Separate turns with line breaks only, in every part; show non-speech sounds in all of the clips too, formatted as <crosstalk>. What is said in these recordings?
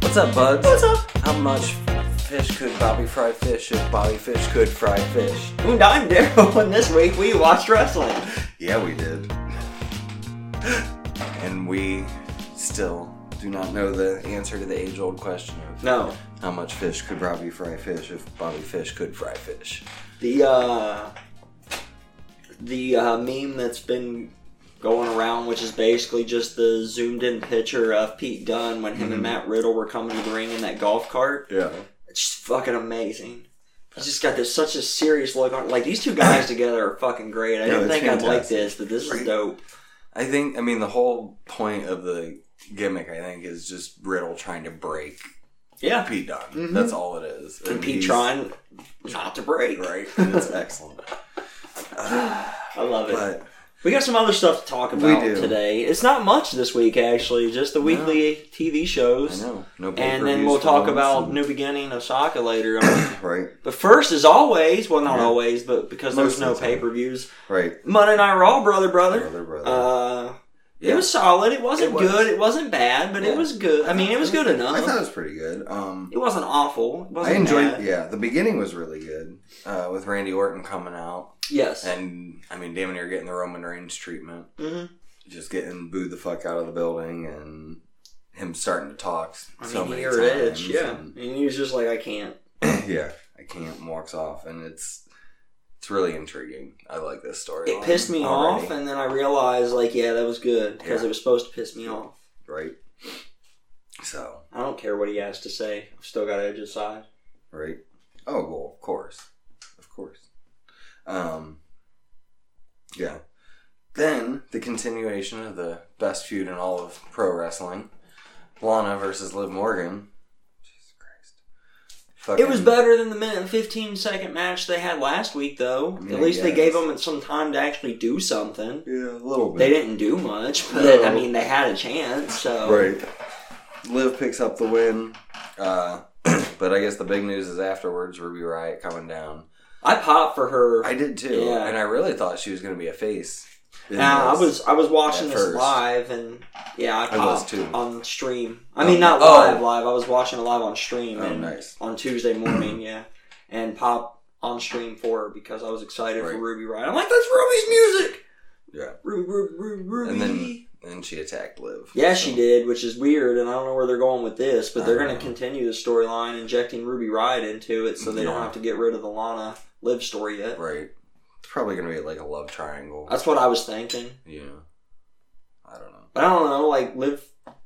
What's up, buds?
What's up?
How much fish could Bobby fry fish if Bobby Fish could fry fish?
And I'm <laughs> Daryl, and this week we watched wrestling.
Yeah, we did. and we still do not know the answer to the age old question of
No,
how much fish could Bobby fry fish if Bobby Fish could fry fish.
the uh, the uh, meme that's been going around, which is basically just the zoomed-in picture of Pete Dunne when
Mm-hmm.
him and Matt Riddle were coming to the ring in that golf cart.
Yeah.
It's just fucking amazing. He's just got this such a serious look on. Like these two guys together are fucking great. I
No,
didn't
it's
think I'd like
fantastic.
this, but this
Right.
is dope.
I think, I mean, the whole point of the gimmick, I think, is just Riddle trying to break
Yeah,
Pete Dunne.
Mhm.
That's all it is.
and Pete
he's-
trying not to break.
Right? And it's excellent.
I love it.
<laughs> But
We got some other stuff to talk
We
about
do.
today. It's not much this week, actually. Just the weekly
I
TV shows,
know. No
and then
pay-per-views
we'll
for
talk
once
about
and-
New Beginning Osaka later. on. <coughs>
Right,
but first, as always, well, not
Yeah.
always, but because
Most
there's no
of the time.
pay per views,
right.
Monday Night Raw, brother, brother.
Brother, brother.
Uh,
Yeah.
It was solid. It wasn't
It was.
good. It wasn't bad, but
Yeah.
it was good. I mean, it was good enough.
I thought it was pretty good. Um,
it wasn't awful. It
I
wasn't
enjoyed.
bad.
Yeah, the beginning was really good uh, with Randy Orton coming out,
Yes.
and I mean, damn near getting the Roman Reigns treatment,
hmm
just getting booed the fuck out of the building, and him starting to talk
I
so
mean,
many
he
times.
heard it. Yeah.
and-
And he was just like, I can't.
<laughs> yeah, I can't. and Walks off, and it's it's really intriguing. I like this story.
It pissed me off, and then I realized, like, yeah, that was good because
Yeah.
it was supposed to piss me off.
right? So
I don't care what he has to say. I've still got Edge's side.
right? Oh, well, of course, of course. Um, yeah. Then the continuation of the best feud in all of pro wrestling, Lana versus Liv Morgan. Jesus Christ! Fucking-
It was better than the minute and 15 second match they had last week, though.
I mean,
At
I
least they gave
guess.
them some time to actually do something.
Yeah, a little bit.
They didn't do much, but
No.
I mean, they had a chance, so.
Right. Liv picks up the win. Uh, <clears throat> but I guess the big news is afterwards Ruby Riot coming down.
I popped for her.
I did too,
Yeah.
and I really thought she was going to be a face. in
Nah, I
this.
was I was watching
at
this
first.
live and yeah, I,
I was
popped
too.
on stream. I
Oh.
mean, not
Oh.
live, live. I was watching it live on stream
Oh,
and
nice.
on Tuesday morning, <clears throat> yeah, and pop on stream for her because I was excited
Right.
for Ruby Riot. I'm like, that's Ruby's music.
Yeah.
Ruby, Ruby, Ruby.
And then, then she attacked Liv.
yeah,
So-
she did, which is weird, and I don't know where they're going with this, but they're
I don't
going to
know.
continue the storyline, injecting Ruby Riot into it, so they don't
Yeah.
have to get rid of the Lana Live story yet.
Right. It's probably going to be like a love triangle.
That's what I was thinking.
yeah. I don't know.
But I don't know, like Liv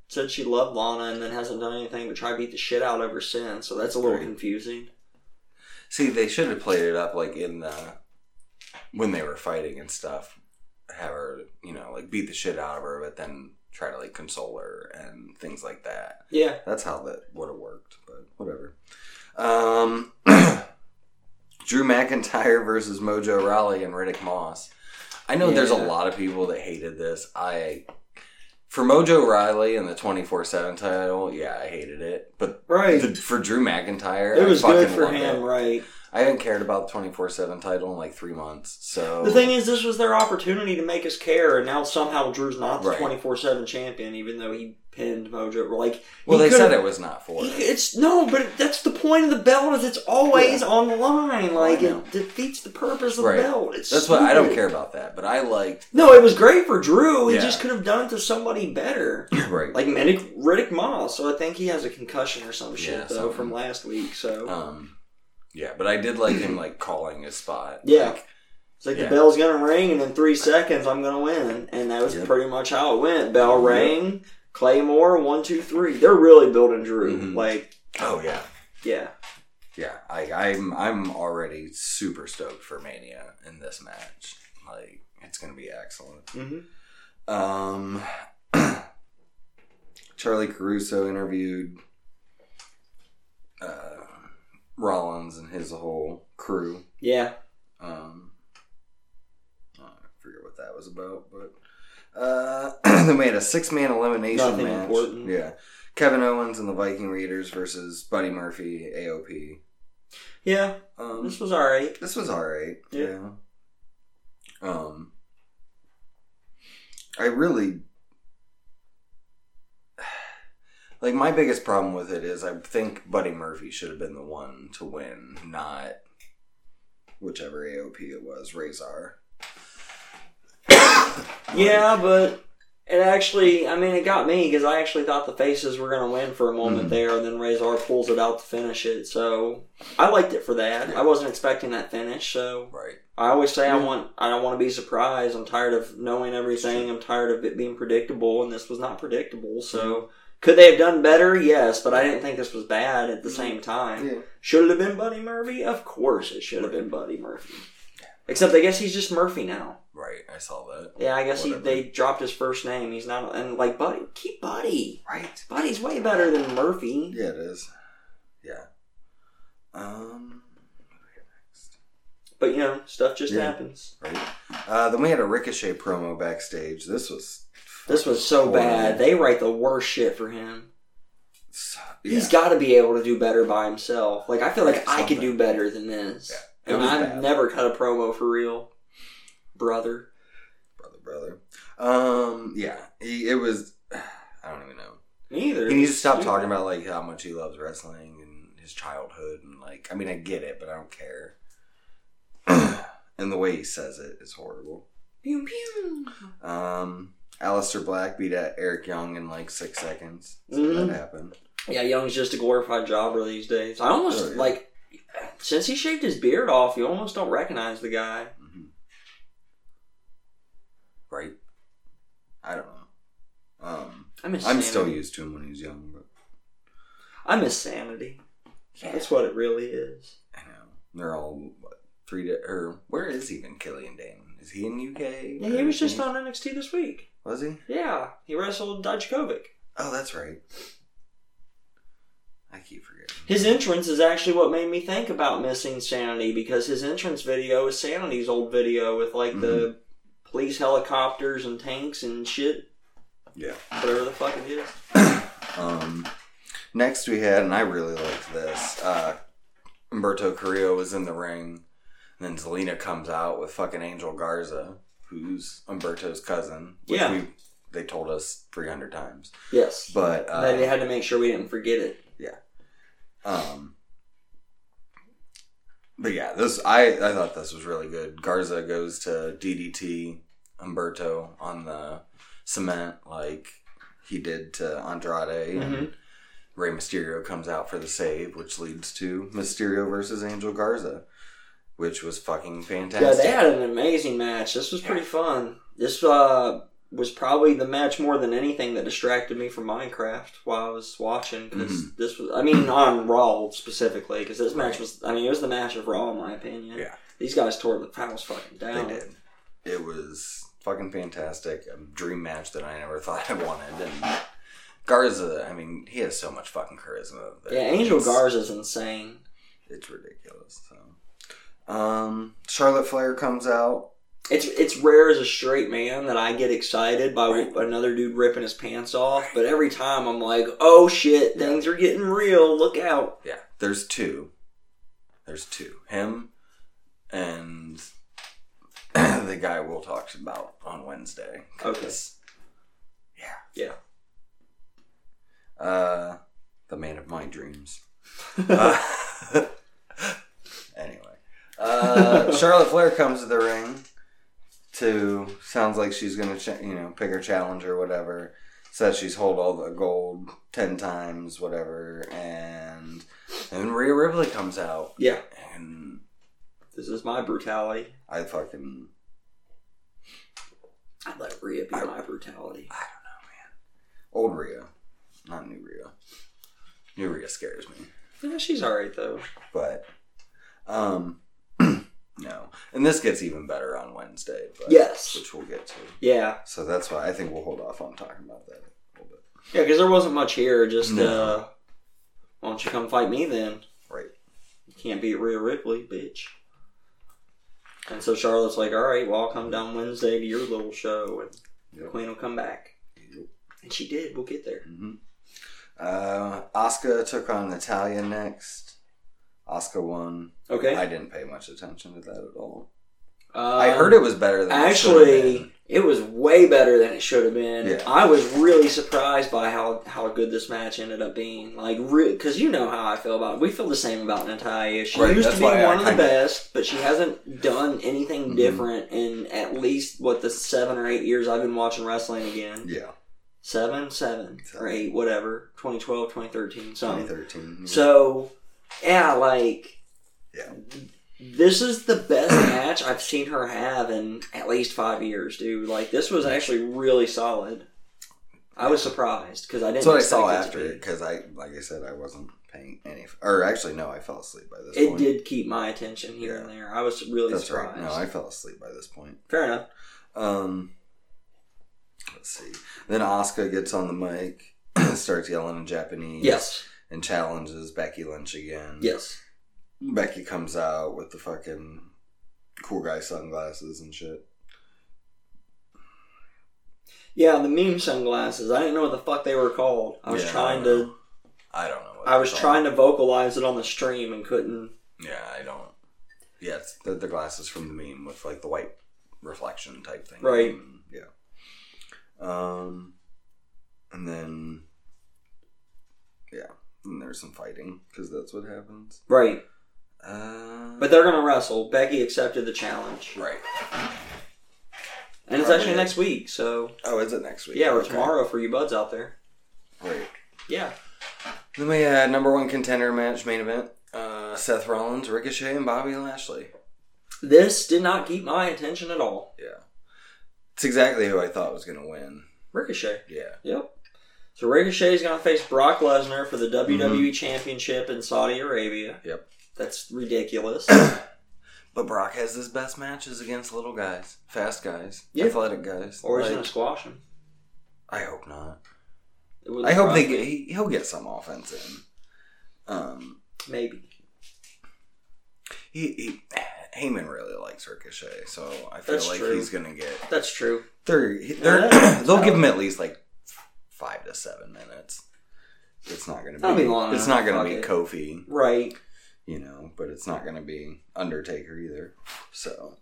said she loved Lana and then hasn't done anything but try to beat the shit out of her since, so that's a little
Right.
confusing.
See, they should have played it up like in the when they were fighting and stuff. Have her, you know, like beat the shit out of her, but then try to like console her and things like that.
Yeah.
That's how that would have worked, but whatever. Um, <clears throat> Drew McIntyre versus Mojo Raleigh and Riddick Moss. I know there's a
Yeah.
lot of people that hated this. I for Mojo Riley and the 24/7 title, yeah, I hated it. But
Right.
the, for Drew McIntyre,
it
I
was
fucking
good for
loved
him,
it.
right?
I haven't cared about the 24/7 title in like 3 months. So
The thing is, this was their opportunity to make us care, and now somehow Drew's not the
Right.
twenty four seven champion, even though he pinned Mojo. Like,
well,
he
they
could've-
said it was not for
he-
it.
it's no, but that's the point of the belt is it's always on the line. Like
Oh, know.
it defeats the purpose of
Right.
the belt. It's
That's what I don't
stupid.
care about that, but I
<clears throat>
liked
No, it was great for Drew. He
Yeah.
just could have done it to somebody better.
right.
like Medic Riddick Moss. So I think he has a concussion or some shit
Yeah,
though
something.
from last week. So
Um, yeah, but I did like him like calling his spot.
Yeah.
Like,
it's like
yeah.
the bell's gonna ring, and in three seconds I'm gonna win, and that was
Yep.
pretty much how it went. Bell
Yep.
rang, Claymore one two three. They're really building Drew.
Mhm.
Like
oh yeah,
yeah,
yeah. I, I'm I'm already super stoked for Mania in this match. Like it's gonna be excellent.
hmm
Um, <clears throat> Charlie Caruso interviewed uh, Rollins and his whole crew.
yeah.
Um, I forget what that was about, but uh, <clears throat> then we had a six-man elimination
Nothing
match.
important.
Yeah, Kevin Owens and the Viking Raiders versus Buddy Murphy, AOP.
Yeah,
Um,
this was alright.
this was all right.
Yeah.
yeah. Um, I really, <sighs> Like my biggest problem with it is I think Buddy Murphy should have been the one to win, not whichever AOP it was, Razor.
Yeah, but it actually, I mean, it got me because I actually thought the faces were going to win for a moment
Mhm.
there, and then Razor pulls it out to finish it. So I liked it for that. I wasn't expecting that finish. So
Right.
I always say I
Yeah.
want, I don't want to be surprised. I'm tired of knowing everything. I'm tired of it being predictable, and this was not predictable.
Mm-hmm.
So could they have done better? Yes, but I didn't think this was bad. At the same time,
Mm-hmm. Yeah.
should it have been Buddy Murphy? Of course, it should have been Buddy Murphy. Except I guess he's just Murphy now.
Right. I saw that.
Yeah, I guess he,
Whatever.
they dropped his first name. He's not and like Buddy. Keep Buddy.
Right.
Buddy's way better than Murphy.
Yeah, it is. Yeah. Um.
But you know, stuff just
Yeah.
happens.
Right. Uh, then we had a Ricochet promo backstage. This was.
This was so
Horrible.
bad. They write the worst shit for him.
So,
He's
yeah.
got to be able to do better by himself. Like I feel like I could
Something.
do better than this.
Yeah. It
And
was
I've
bad.
never cut a promo for real, brother.
brother, brother. Um. Yeah. He. It was. <sighs> I don't even know.
Neither.
He needs to stop talking about like how much he loves wrestling and his childhood and like I mean I get it, but I don't care. <clears throat> and the way he says it is horrible.
Pew, pew.
Um Alistair Black beat at Eric Young in like six seconds. So
Mhm.
that happened.
Yeah, Young's just a glorified jobber these days. I almost
Oh, yeah.
like since he shaved his beard off, you almost don't recognize the guy.
hmm Right? I don't know. Um
I miss
I'm
Sanity.
still used to him when he was young, but
I miss sanity. That's what it really is.
I know. They're all what, three to or where is even Killian Dane? Is he in UK?
Yeah, he was just on NXT this week.
Was he?
Yeah, he wrestled Dijakovic.
Oh, that's right. I keep forgetting.
His entrance is actually what made me think about missing Sanity because his entrance video is Sanity's old video with like the
Mm-hmm.
police helicopters and tanks and shit,
Yeah.
whatever the fuck it is.
Um, next we had, and I really liked this. Uh, Umberto Carrillo was in the ring, and then Zelina comes out with fucking Angel Garza, who's Umberto's cousin. Which
Yeah.
We, they told us three hundred times,
Yes.
but uh,
they had to make sure we didn't forget it.
Um, but yeah, this I I thought this was really good. Garza goes to DDT Umberto on the cement like he did to Andrade,
Mm-hmm.
and Rey Mysterio comes out for the save, which leads to Mysterio versus Angel Garza, which was fucking
Yeah,
fantastic.
they had an amazing match. This was pretty fun. This uh, was probably the match more than anything that distracted me from Minecraft while I was watching. Because
Mm-hmm.
this was, I mean, on Raw specifically, because this match
Right.
was, I mean, it was the match of Raw in my opinion.
Yeah.
These guys tore the house fucking
They
down.
did. Um, It was fucking fantastic. A dream match that I never <laughs> thought I wanted. And Garza, I mean, he has so much fucking charisma. that
Yeah, Angel
it's-
Garza's insane.
It's ridiculous. So, um, Charlotte Flair comes out.
It's it's rare as a straight man that I get excited by
Right.
another dude ripping his pants off, but every time I'm like, oh shit,
Yeah.
things are getting real. Look out.
Yeah, there's two. There's two. Him and <clears throat> the guy we'll talk about on Wednesday. 'Cause- Yeah. Yeah. Uh, the man of my dreams. Uh, <laughs> anyway, uh, Charlotte Flair comes to the ring to sounds like she's gonna cha- you know pick her challenger whatever. Says she's hold all the gold ten times whatever, and then Rhea Ripley comes out
Yeah,
and
this is my brutality.
I fucking
I let Rhea be my brutality.
old Rhea, not new Rhea. New Rhea scares me.
Yeah, she's alright though.
but um <clears throat> no and this gets even better on wednesday but,
Yes.
which we'll get to
Yeah,
so that's why i think we'll hold off on talking about that a little bit
yeah, because there wasn't much here. Just
No.
uh, why don't you come fight me then?
right
You can't beat Rhea Ripley, bitch. And so Charlotte's like, all right, well I'll come down Wednesday to your little show, and
Yep.
Queen will come back, and she did. We'll get there.
hmm uh oscar took on natalia next oscar won
Okay.
i didn't pay much attention to that at all
Um,
I heard it was better than it should have
Actually,
been.
it was way better than it should have been.
Yeah.
I was really surprised by how, how good this match ended up being. Like, because you know how I feel about it. We feel the same about Natalia. She
Right,
used to
that's
be
why I
one of the
kinda-
best, but she hasn't done anything
Mhm.
different in at least, what, the seven or eight years I've been watching wrestling again.
yeah,
Seven, seven,
Seven.
or eight, whatever. 2012, 2013, something.
2013.
So, yeah, like,
Yeah.
this is the best <clears throat> match I've seen her have in at least five years, dude. Like, this was actually really solid. I was surprised because I didn't.
That's what I
expect
saw
it to
after
be.
it because I, like I said, I wasn't paying any. Or actually, no, I fell asleep by this.
It
point.
did keep my attention here and there. I was really
That's right.
surprised.
No, I fell asleep by this point.
Fair enough.
Um, let's see. Then Asuka gets on the mic, <clears throat> starts yelling in Japanese,
Yes.
and challenges Becky Lynch again.
Yes.
Becky comes out with the fucking cool guy sunglasses and shit.
Yeah, the meme sunglasses. I didn't know what the fuck they were called. I was
Yeah, I
trying
don't
to.
I don't know. What
I was
they're
trying
called.
to vocalize it on the stream and couldn't.
Yeah, I don't. Yeah, it's the, the glasses from the meme with like the white reflection type thing. Mm,
Right.
Yeah. Um, and then, yeah, and there's some fighting because that's what happens.
Right.
Uh,
But they're gonna wrestle. Becky accepted the challenge.
right.
And it's
Probably
actually
is.
next week, so
Oh, is it next week?
yeah, or
Okay.
tomorrow for you buds out there.
Right.
Yeah.
Then we had number one contender match main event. Uh, Seth Rollins, Ricochet, and Bobby Lashley.
This did not keep my attention at all.
Yeah. It's exactly who I thought was going to win.
Ricochet.
Yeah.
Yep. So Ricochet is gonna face Brock Lesnar for the WWE Championship in Saudi Arabia.
Mm-hmm. Yep.
That's ridiculous.
<coughs> But Brock has his best matches against little guys, fast guys,
Yeah.
athletic guys.
or he's
Like,
gonna squash him.
I hope not.
It wouldn't
I hope they
surprise
get,
me.
he, he'll get some offense in. Um,
maybe.
he, he Heyman really likes Ricochet, so I feel
That's
like
true.
he's gonna get
That's true.
they're, they're <clears throat>
that's
they'll give
valid.
him at least like five to seven minutes. It's not gonna
That'll
be,
be long
it's
enough.
not gonna
Fuck
be
it.
Kofi,
Right.
you know, but it's not gonna be Undertaker either. So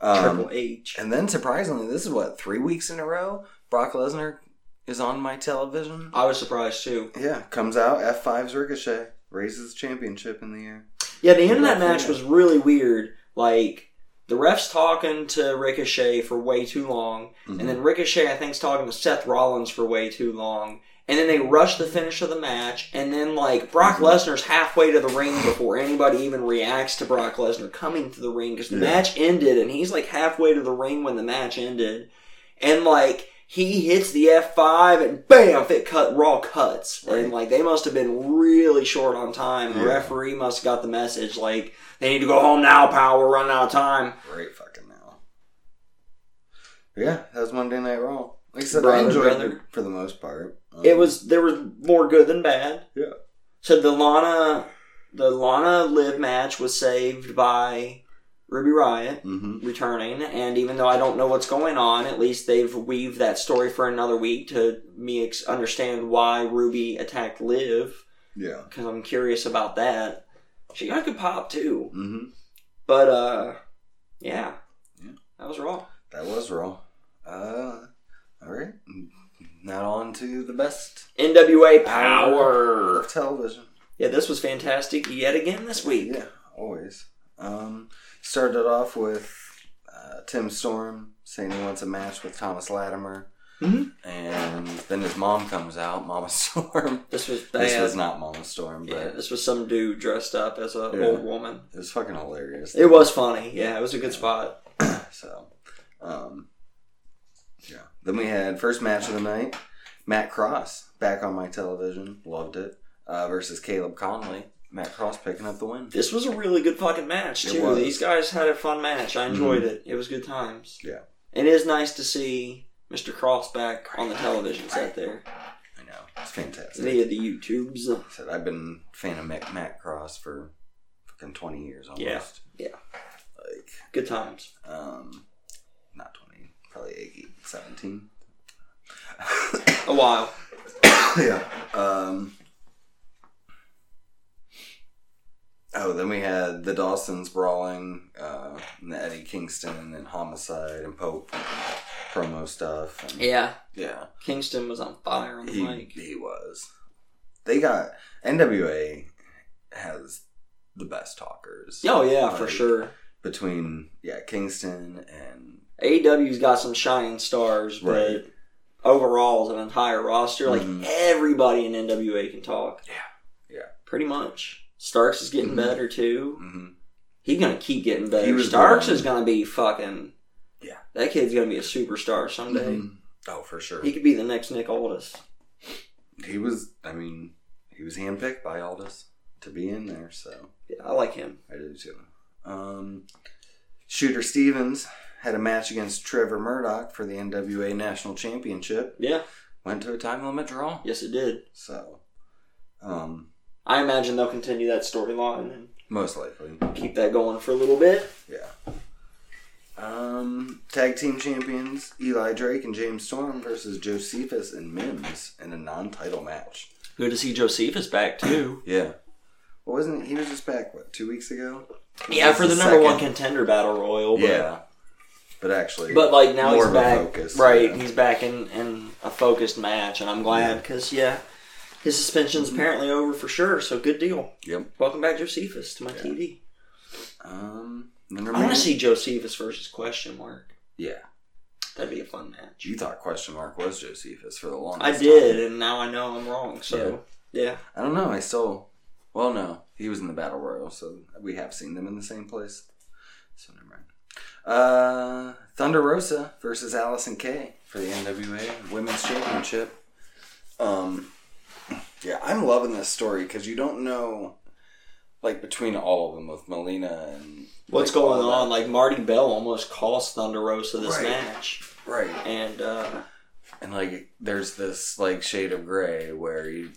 Um,
Triple H.
And then surprisingly, this is what three weeks in a row Brock Lesnar is on my television.
I was surprised too.
Yeah, comes out F 5s Ricochet raises championship in the air.
Yeah, the end of that
Nothing.
match was really weird. Like the refs talking to Ricochet for way too long. And
Mm-hmm.
then Ricochet, I think, is talking to Seth Rollins for way too long. And then they rush the finish of the match. And then, like, Brock
Mhm.
Lesnar's halfway to the ring before anybody even reacts to Brock Lesnar coming to the ring because the
Yeah.
match ended. And he's, like, halfway to the ring when the match ended. And, like, he hits the F5 and bam, it cut, Raw cuts.
Right.
And, like, they must have been really short on time. The
Yeah.
referee must have got the message, like, they need to go home now, pal. We're running out of time.
right fucking now. Yeah, that was Monday Night Raw. Like I said,
Brother,
I enjoyed
brother.
it for the most part. Um,
It was there was more good than bad.
Yeah.
So the Lana the Lana Liv match was saved by Ruby Riot
hmm
returning, and even though I don't know what's going on, at least they've weaved that story for another week to me ex- understand why Ruby attacked Liv
Yeah.
because I'm curious about that. She got a good pop too,
hmm
but uh, yeah,
Yeah.
that was wrong.
That was Raw. Uh, all right. Now on to the best
NWA
hour
Power.
of television.
Yeah, this was fantastic yet again this week.
Yeah, always. Um, started off with uh, Tim Storm saying he wants a match with Thomas Latimer.
Mhm.
And then his mom comes out, Mama <laughs> Storm.
This was bad.
this was not Mama Storm, but
Yeah, this was some dude dressed up as a
Yeah.
old woman.
it was fucking hilarious.
It was funny. Yeah, it was a good spot.
So, um, yeah. Then we had first match of the night Matt Cross back on my television. Loved it. Uh, versus Caleb Conley. Matt Cross picking up the win.
This was a really good fucking match
It
too.
was. Mm-hmm.
These guys had a fun match. I enjoyed it. It was good times.
Yeah.
It is nice to see Mr. Cross back on the television set there
I know. It's fantastic.
via the YouTubes.
said I've been a fan of Mac, Matt Cross for fucking twenty years almost.
Yeah, yeah.
Like,
Good times.
um, not twenty, probably 18, <laughs> 17.
A while.
yeah. Um. Oh, then we had the Dawson's brawling, uh, and the Eddie Kingston and Homicide and Pope promo stuff. and-
Yeah,
yeah,
Kingston was on fire on the
he,
mic.
he was. They got NWA has the best talkers.
Oh yeah, for
Like,
sure.
Between yeah Kingston and
AEW's got some shining stars, but
Right.
overall, as an entire roster, like
Mhm.
everybody in NWA can talk.
Yeah. Yeah.
Pretty much. Starks is getting
Mhm.
better too.
hmm
He's gonna keep getting better.
was
Starks
growing.
is gonna be fucking.
Yeah.
That kid's gonna be a superstar someday.
oh for sure
He
he,
could be the next Nick Aldis.
was. I mean, he was handpicked by Aldous to be in there, so
Yeah, I like him.
I do too. Um, Shooter Stevens had a match against Trevor Murdoch for the NWA National Championship.
Yeah.
Went to a time limit draw,
Yes, it did.
so um,
I imagine they'll continue that storyline
most likely.
and keep that going for a little bit.
Yeah. Um, tag team champions Eli Drake and James Storm versus Josephus and Mims in a non-title match.
Good to see Josephus back too.
Yeah. Well, wasn't he was just back what two weeks ago?
yeah,
This
for the
is
number one
second.
contender battle royal. But,
yeah. But actually,
But like now
More
he's
of a
back,
focus,
right?
yeah.
He's back in in a focused match, and I'm glad because yeah, his suspension's
Mm-hmm.
apparently over for sure. So good deal.
yep.
Welcome back, Josephus, to my
Yeah.
TV.
Um, then there
I want
may-
to see Josephus versus Question Mark.
Yeah,
That'd be a fun match.
you thought question mark was Josephus for the longest.
I did, and now I know I'm wrong. So yeah,
time. I don't know. I still. Well, no, he was in the battle royal, so we have seen them in the same place. So never mind. Uh, Thunder Rosa versus Allison Kay for the NWA Women's Championship. Um, yeah, I'm loving this story because you don't know, like between all of them with Melina and
what's
like, all
going
that.
on? Like Marty Bell almost cost Thunder Rosa this
Right.
match,
right?
and uh,
and like there's this like shade of gray where you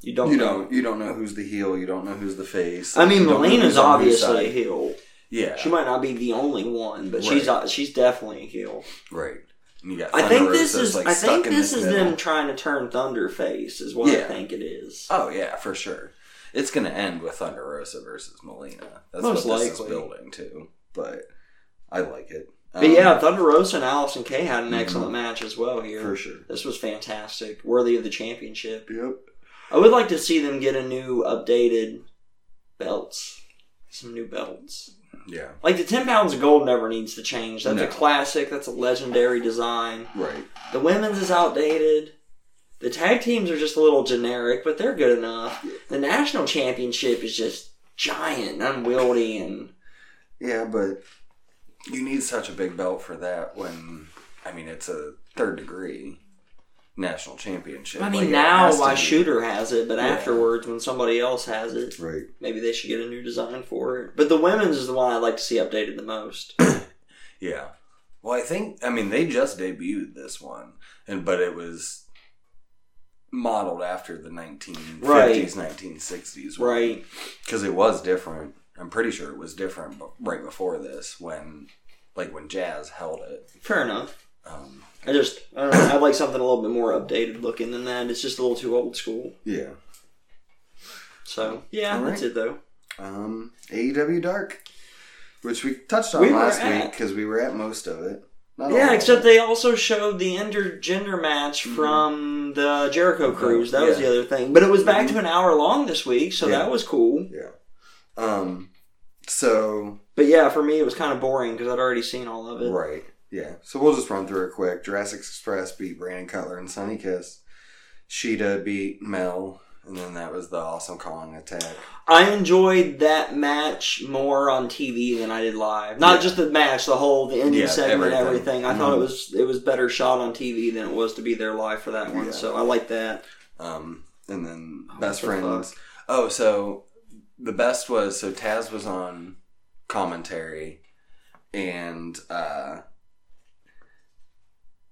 you don't.
you
know.
don't you don't know who's the heel, you don't know who's the face.
I mean,
you don't know
Melina's
who's on whose
obviously a
side.
heel.
yeah,
She might not be the only one, but she's uh, she's definitely a heel.
right. And you got
I
Thunder
think this
Rosa's,
is
like,
I
stuck
think
in
this is
middle.
them trying to turn Thunder face is what I
Yeah.
think it is.
Oh yeah, for sure. It's gonna end with Thunder Rosa versus Melina. That's
Most
what this
likely.
is building to. But I like it.
But
Um,
yeah, Thunder Rosa and Allison Kay had an
Mhm.
excellent match as well here.
for sure.
This was fantastic, worthy of the championship.
Yep.
I would like to see them get a new updated belts, some new belts.
Yeah.
Like the ten pounds of gold never needs to change. That's a
No.
classic. That's a legendary design.
Right.
The women's is outdated. The tag teams are just a little generic, but they're good enough. The national championship is just giant, unwieldy, and
Yeah, but you need such a big belt for that when I mean it's a third degree national championship.
I
Like,
mean
it
now
has to
why
be-
Shooter has it, but
Yeah.
afterwards when somebody else has it,
Right.
maybe they should get a new design for it. But the women's is the one I'd like to see updated the most.
Yeah. Well, I think I mean they just debuted this one, and but it was modeled after the 1950s,
Right.
1960s,
right?
Because it was different. I'm pretty sure it was different b- right before this when, like when Jazz held it.
Fair enough.
Um,
I just I don't know, I'd like something a little bit more updated looking than that. It's just a little too old school.
yeah.
So yeah,
All
that's
right.
it though.
Um, AEW Dark, which we touched on
We were
last
at-
week because we were at most of it. Not all of
Yeah,
it.
except they also showed the intergender match from the Jericho Cruise. That was
Mm-hmm. yeah.
the other thing. But it was back
Mhm.
to an hour long this week, so
Yeah.
that was cool.
yeah. Um. So
But yeah, for me, it was kind of boring because I'd already seen all of it.
Right. Yeah. So we'll just run through it quick. Jurassic Express beat Brandon Cutler and Sunny Kiss. Sheeta beat Mel, and then that was the Awesome Kong attack.
I enjoyed that match more on TV than I did live. Not
Yeah.
just the match, the whole the ending
Yeah,
segment, everything.
everything.
I thought it
Mhm.
was it was better shot on TV than it was to be there live for that one.
Yeah.
So I like that.
Um, and then
Oh,
best
what the
friends. Oh, so the best was so Taz was on commentary, and uh, <sighs>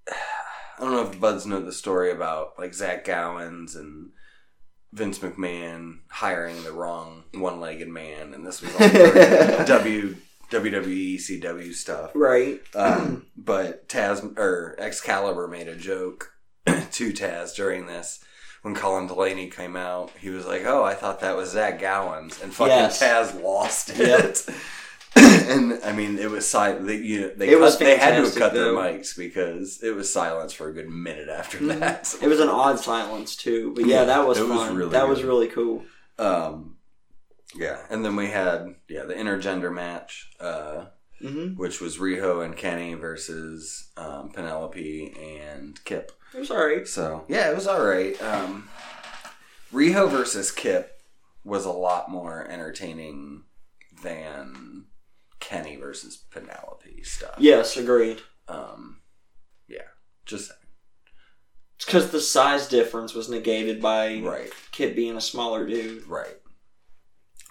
I don't know if Buds know the story about like Zach Gowans and Vince McMahon hiring the wrong one-legged man, and this was
<laughs>
all during W WWE CW stuff.
Right.
Um, <clears throat> <clears throat> but Taz or Excalibur made a joke to Taz during this when Colin Delaney came out, he was like, "Oh, I thought that was Zach Gowen's," and fucking
Yes.
Taz lost
Yep.
it. <laughs> and I mean, it was silent. They, you know, they,
It
cut-
was
they had to have
fantastic,
cut
though.
their mics because it was silence for a good minute after
Mhm.
that. <laughs>
It was an odd silence too, but yeah,
Yeah,
that was
it
fun.
was really
that was
good.
really cool.
Um, yeah, and then we had yeah the intergender match, uh,
Mm-hmm.
which was Riho and Kenny versus um, Penelope and Kip.
It was alright.
So yeah, it was all right. Um, Riho versus Kip was a lot more entertaining than Kenny versus Penelope stuff.
Yes, agreed.
Um, yeah. Just
It's because the size difference was negated by
right,
Kit being a smaller dude.
right.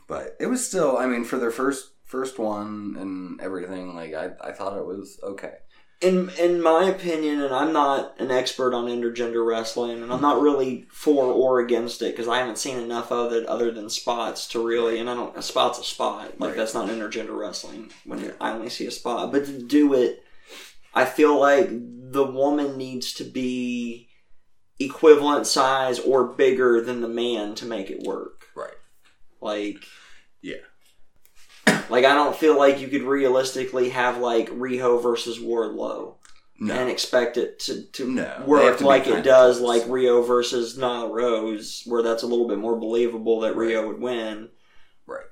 But it was still. I mean, for their first first one and everything, like I, I thought it was okay.
In in my opinion, and I'm not an expert on intergender wrestling, and I'm not really for or against it because I haven't seen enough of it other than spots to really. And I don't a spot's a spot. Like
Right.
that's not intergender wrestling when
Yeah.
I only see a spot. But to do it, I feel like the woman needs to be equivalent size or bigger than the man to make it work.
Right.
Like
Yeah.
Like I don't feel like you could realistically have like Riho versus Wardlow
No.
and expect it to, to
no. They have
work
to be
like
kind
it
of
does
close.
like Rio versus Nyla Rose, where that's a little bit more believable that
Right.
Rio would win.
Right.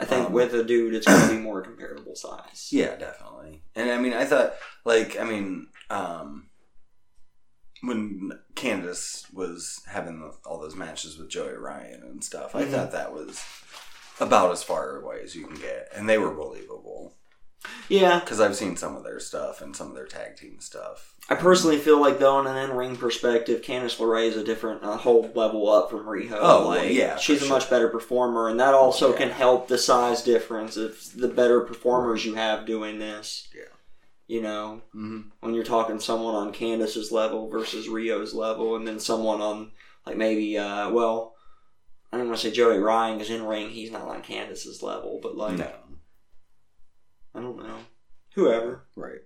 I think
Um,
with a dude it's gonna be more comparable size.
Yeah, definitely. And I mean, I thought, like, I mean, um, when Candace was having all those matches with Joey Ryan and stuff, I
Mhm.
thought that was about as far away as you can get. And they were believable.
Yeah.
Because I've seen some of their stuff and some of their tag team stuff.
I personally feel like though in an in ring perspective, Candice LeRae is a different a whole level up from Riho.
Oh,
like,
yeah, for
She's a
sure.
much better performer and that also
Yeah.
can help the size difference if the better performers you have doing this.
Yeah.
You know?
Mm-hmm.
when you're talking someone on Candace's level versus Rio's level, and then someone on like maybe uh, well, I don't want to say Joey Ryan because in ring he's not on Candace's level, but like
no.
I don't know, whoever
Right.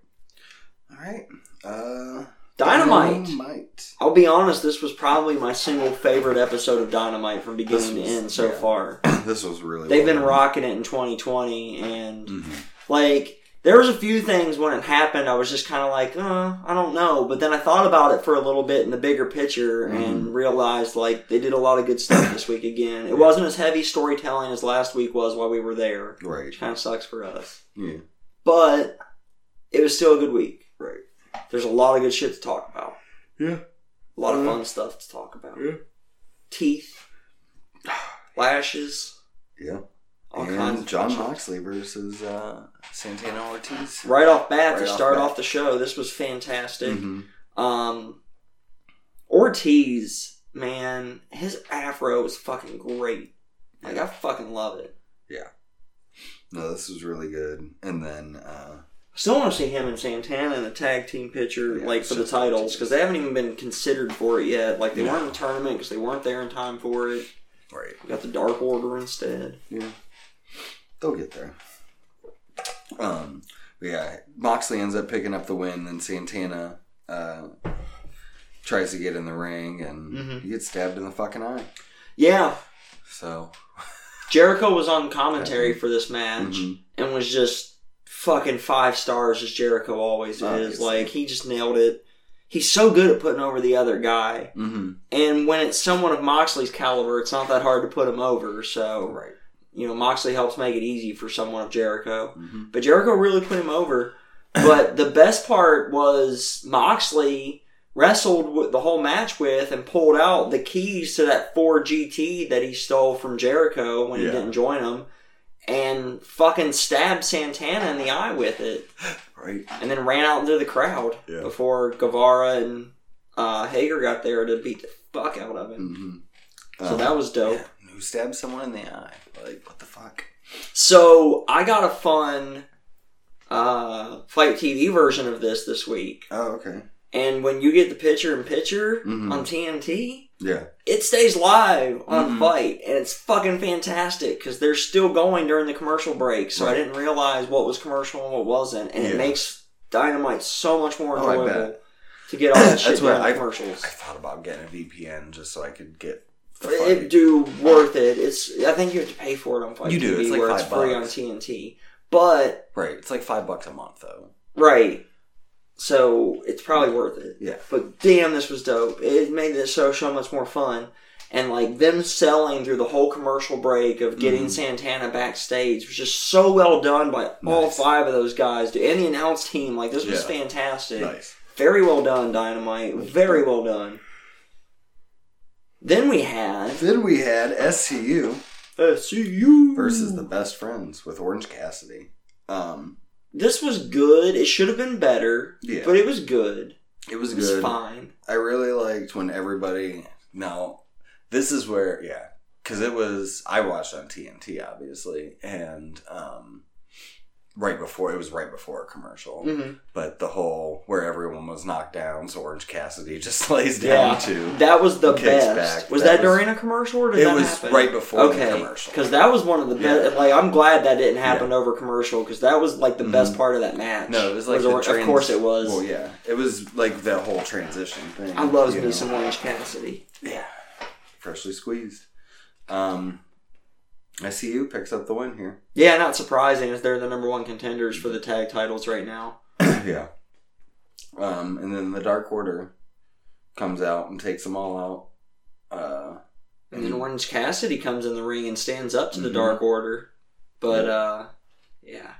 All right. Uh,
Dynamite.
Dynamite. <coughs>
I'll be honest, this was probably my single favorite episode of Dynamite from beginning
This
to
was-
end so
yeah.
far.
this was really
They've been
well
rocking it in 2020, and
done. Mhm.
like there was a few things when it happened i was just kind of like uh, i don't know but then i thought about it for a little bit in the bigger picture
Mm.
and realized like they did a lot of good stuff this week again it wasn't as heavy storytelling as last week was while we were there
Right.
which kind of sucks for us
Yeah.
but it was still a good week
Right.
there's a lot of good shit to talk about
Yeah.
a lot of
Mhm.
fun stuff to talk about
Yeah.
teeth
<sighs>
lashes
Yeah.
all
and
kinds of
John
fun shit.
Moxley versus uh, Santana Ortiz.
right off bat
Right
to
off
start
bat.
off the show this was fantastic
Mhm.
Um, Ortiz, man, his afro is fucking great. Like I fucking love it.
No, this was really good. And then, uh,
Still want to see him and Santana in the tag team picture,
Yeah,
like
it's
for the
just-
titles, because they haven't even been considered for it yet. Like they
No.
weren't in the tournament because they weren't there in time for it.
right.
We got the Dark Order instead.
Yeah. They'll get there. Um, but yeah, Moxley ends up picking up the win. Then Santana uh, tries to get in the ring and
Mhm.
he gets stabbed in the fucking eye.
Yeah,
So,
Jericho was on commentary for this match
mhm.
and was just fucking five stars as Jericho always is.
Obviously.
Like he just nailed it. He's so good at putting over the other guy.
Mhm.
And when it's someone of Moxley's caliber, it's not that hard to put him over.
Oh,
So,
right.
you know, Moxley helps make it easy for someone of Jericho.
Mm-hmm.
But Jericho really put him over. But the best part was Moxley wrestled with the whole match with and pulled out the keys to that 4GT that he stole from Jericho when
Yeah.
he didn't join him and fucking stabbed Santana in the eye with it
Right.
and then ran out into the crowd
Yeah.
before Guevara and uh, Hager got there to beat the fuck out of him.
Mm-hmm.
So that was dope.
Who stabbed someone in the eye? Like, what the fuck?
So I got a fun uh, fight TV version of this this week.
Oh, okay.
And when you get the picture in picture
Mhm.
on TNT,
Yeah.
it stays live on
Mhm.
Fight, and it's fucking fantastic because they're still going during the commercial break. So I
Right.
didn't realize what was commercial and what wasn't, and
Yeah.
it makes Dynamite so much more
Oh, I
enjoyable.
bet.
to get all that
<coughs> That's
shit
what
done
I-
in commercials.
I thought about getting a VPN just so I could get. The
It
fight.
do worth it. It's I think you have to pay for it on Fight
You do.
TV,
It's like
where
five
it's free
bucks.
on TNT. But
Right, it's like five bucks a month though.
right, so it's probably worth it.
Yeah.
But damn, this was dope. It made this show so much more fun. And like them selling through the whole commercial break of getting
Mhm.
Santana backstage was just so well done by all
Nice.
five of those guys dude, and the announce team. Like this was
Yeah.
fantastic.
Nice.
Very well done, Dynamite. Very well done. Then we had
Then we had SCU
SCU
versus the Best Friends with Orange Cassidy. Um,
This was good. It should have been better,
Yeah.
but it was good.
it was
It was
good.
fine.
I really liked when everybody. Now, this is where yeah, because it was I watched on TNT obviously, and um, right before it was right before a commercial,
Mhm.
but the whole where everyone was knocked down, so Orange Cassidy <laughs> just lays down
Yeah.
to.
That was the
Kicks
best.
back.
Was
That
that,
was-
during a commercial or did
It
that
was
happen?
right before the
Okay,
commercial.
because that was one of the best. Like, I'm glad that didn't happen over commercial because that was like the best
Mhm.
part of that match.
No, it was like the
or-
trans-
of course it was.
Well, yeah, it was like that whole transition thing.
I loves
you
me
know?
some Orange Cassidy.
Yeah. Freshly squeezed. Um, SCU picks up the win here. <coughs>
Yeah, not surprising as they're the number one contenders for the tag titles right now.
yeah. Um, and then the Dark Order comes out and takes them all out. Uh,
And then
Mhm.
Orange Cassidy comes in the ring and stands up to the
Mhm.
Dark Order, but
Yeah.
uh, yeah,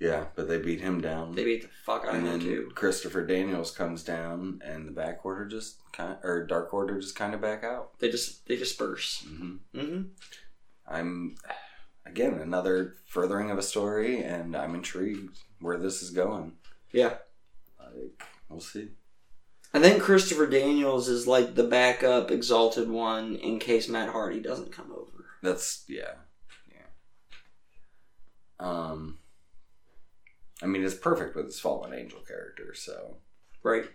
yeah, but they beat him down.
they beat the fuck out of
and
him
then
too.
Christopher Daniels comes down, and the back order just kind or Dark Order just kind of back out.
They just they disperse.
hmm
Mm-hmm.
I'm again another furthering of a story, and I'm intrigued where this is going.
Yeah.
Like we'll see.
I think Christopher Daniels is like the backup exalted one in case Matt Hardy doesn't come over.
That's yeah, yeah. Um, I mean, it's perfect with his fallen angel character. So
Right.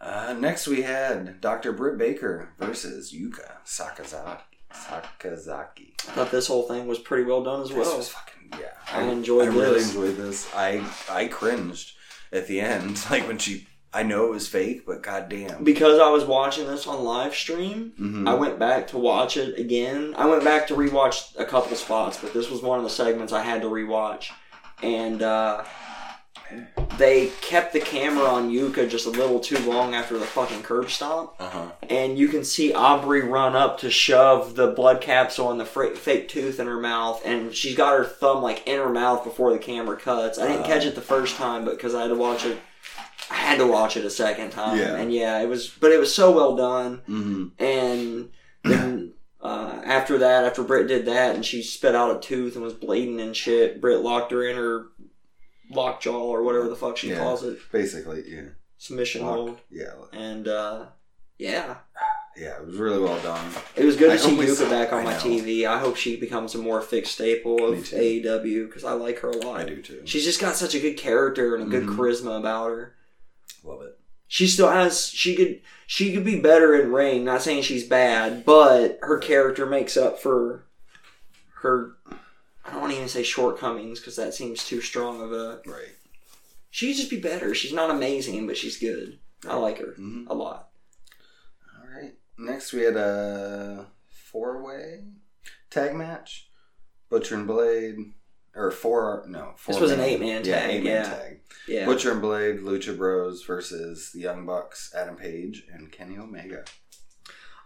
uh, next we had Doctor Britt Baker versus Yuka Sakazaki. Sakazaki.
I thought this whole thing was pretty well done as
This
well.
was fucking yeah.
I enjoyed
I really
this.
enjoyed this. I I cringed at the end, <laughs> like when she. I know it was fake, but goddamn.
Because I was watching this on live stream,
Mhm.
I went back to watch it again. I went back to rewatch a couple spots, but this was one of the segments I had to rewatch. And uh, they kept the camera on Yuka just a little too long after the fucking curb stomp.
uh-huh.
and you can see Aubrey run up to shove the blood capsule and the fra- fake tooth in her mouth, and she's got her thumb like in her mouth before the camera cuts. I didn't
Uh.
catch it the first time, but because I had to watch it, I had to watch it a second time,
Yeah.
and yeah, it was, but it was so well done.
hmm
And then <clears throat> uh, after that, after Britt did that, and she spit out a tooth and was bleeding and shit, Britt locked her in her lockjaw or whatever the fuck she
Yeah.
calls it,
Basically, yeah.
submission hold,
Yeah,
and uh, yeah.
yeah. It was really well done.
It was good
I
to see
hope we
Yuka
see-
back on
I
my
know.
TV. I hope she becomes a more fixed staple of
Me too.
AEW because I like her a lot.
I do too.
She's just got such a good character and a good
Mhm.
charisma about her.
Love it.
She still has she could she could be better in ring. Not saying she's bad, but her character makes up for her. I don't want to even say shortcomings because that seems too strong of a.
Right.
She could just be better. She's not amazing, but she's good. I like her
Mhm.
a lot.
All right. Next, we had a four-way tag match: Butcher and Blade, or four? No, four.
was an eight-man tag,
eight-man
yeah.
tag.
Yeah.
Butcher and Blade, Lucha Bros versus the Young Bucks, Adam Page and Kenny Omega.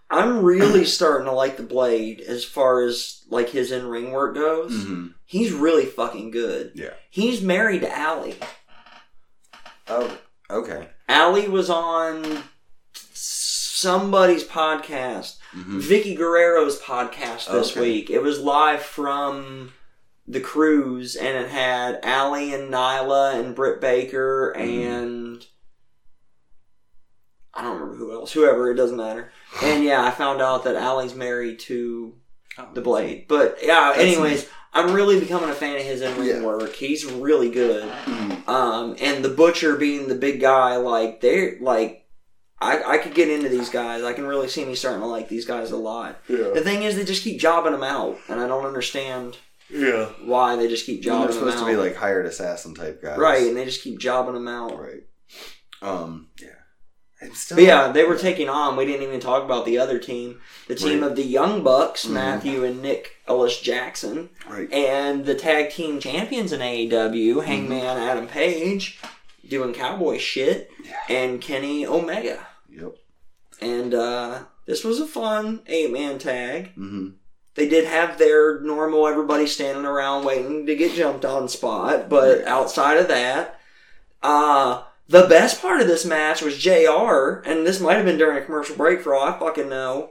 I'm really starting to like the Blade as far as like his in ring work goes. He's really fucking good.
Mm-hmm. Yeah.
He's married to Allie.
Oh, okay.
Allie was on somebody's podcast,
Mhm.
Vicky Guerrero's podcast this
Okay.
week. It was live from the cruise, and it had Allie and Nyla and Britt Baker
Mm-hmm.
and I don't remember who else. Whoever, it doesn't matter. And yeah, I found out that Allie's married to
Oh,
the blade. But yeah,
That's
anyways, I'm really becoming a fan of his in ring
Yeah.
work. He's really good.
Mhm.
Um, and the butcher being the big guy, like they're like, I I could get into these guys. I can really see me starting to like these guys a lot.
Yeah.
The thing is, they just keep jobbing them out, and I don't understand
Yeah.
why they just keep
They're
jobbing them
supposed
out.
to be like hired assassin type guys,
right, and they just keep jobbing them out.
Right. Um. Yeah. I'm still
But yeah, they were taking on. We didn't even talk about the other team, the team
Right.
of the Young Bucks,
Mhm.
Matthew and Nick Ellis Jackson,
right.
and the tag team champions in AEW, Hangman Adam Page, doing cowboy shit, and Kenny Omega.
Yep.
And uh, this was a fun eight man tag.
Mm-hmm.
They did have their normal everybody standing around waiting to get jumped on spot, but
Right.
outside of that, uh the best part of this match was JR, and this might have been during a commercial break for all I fucking know,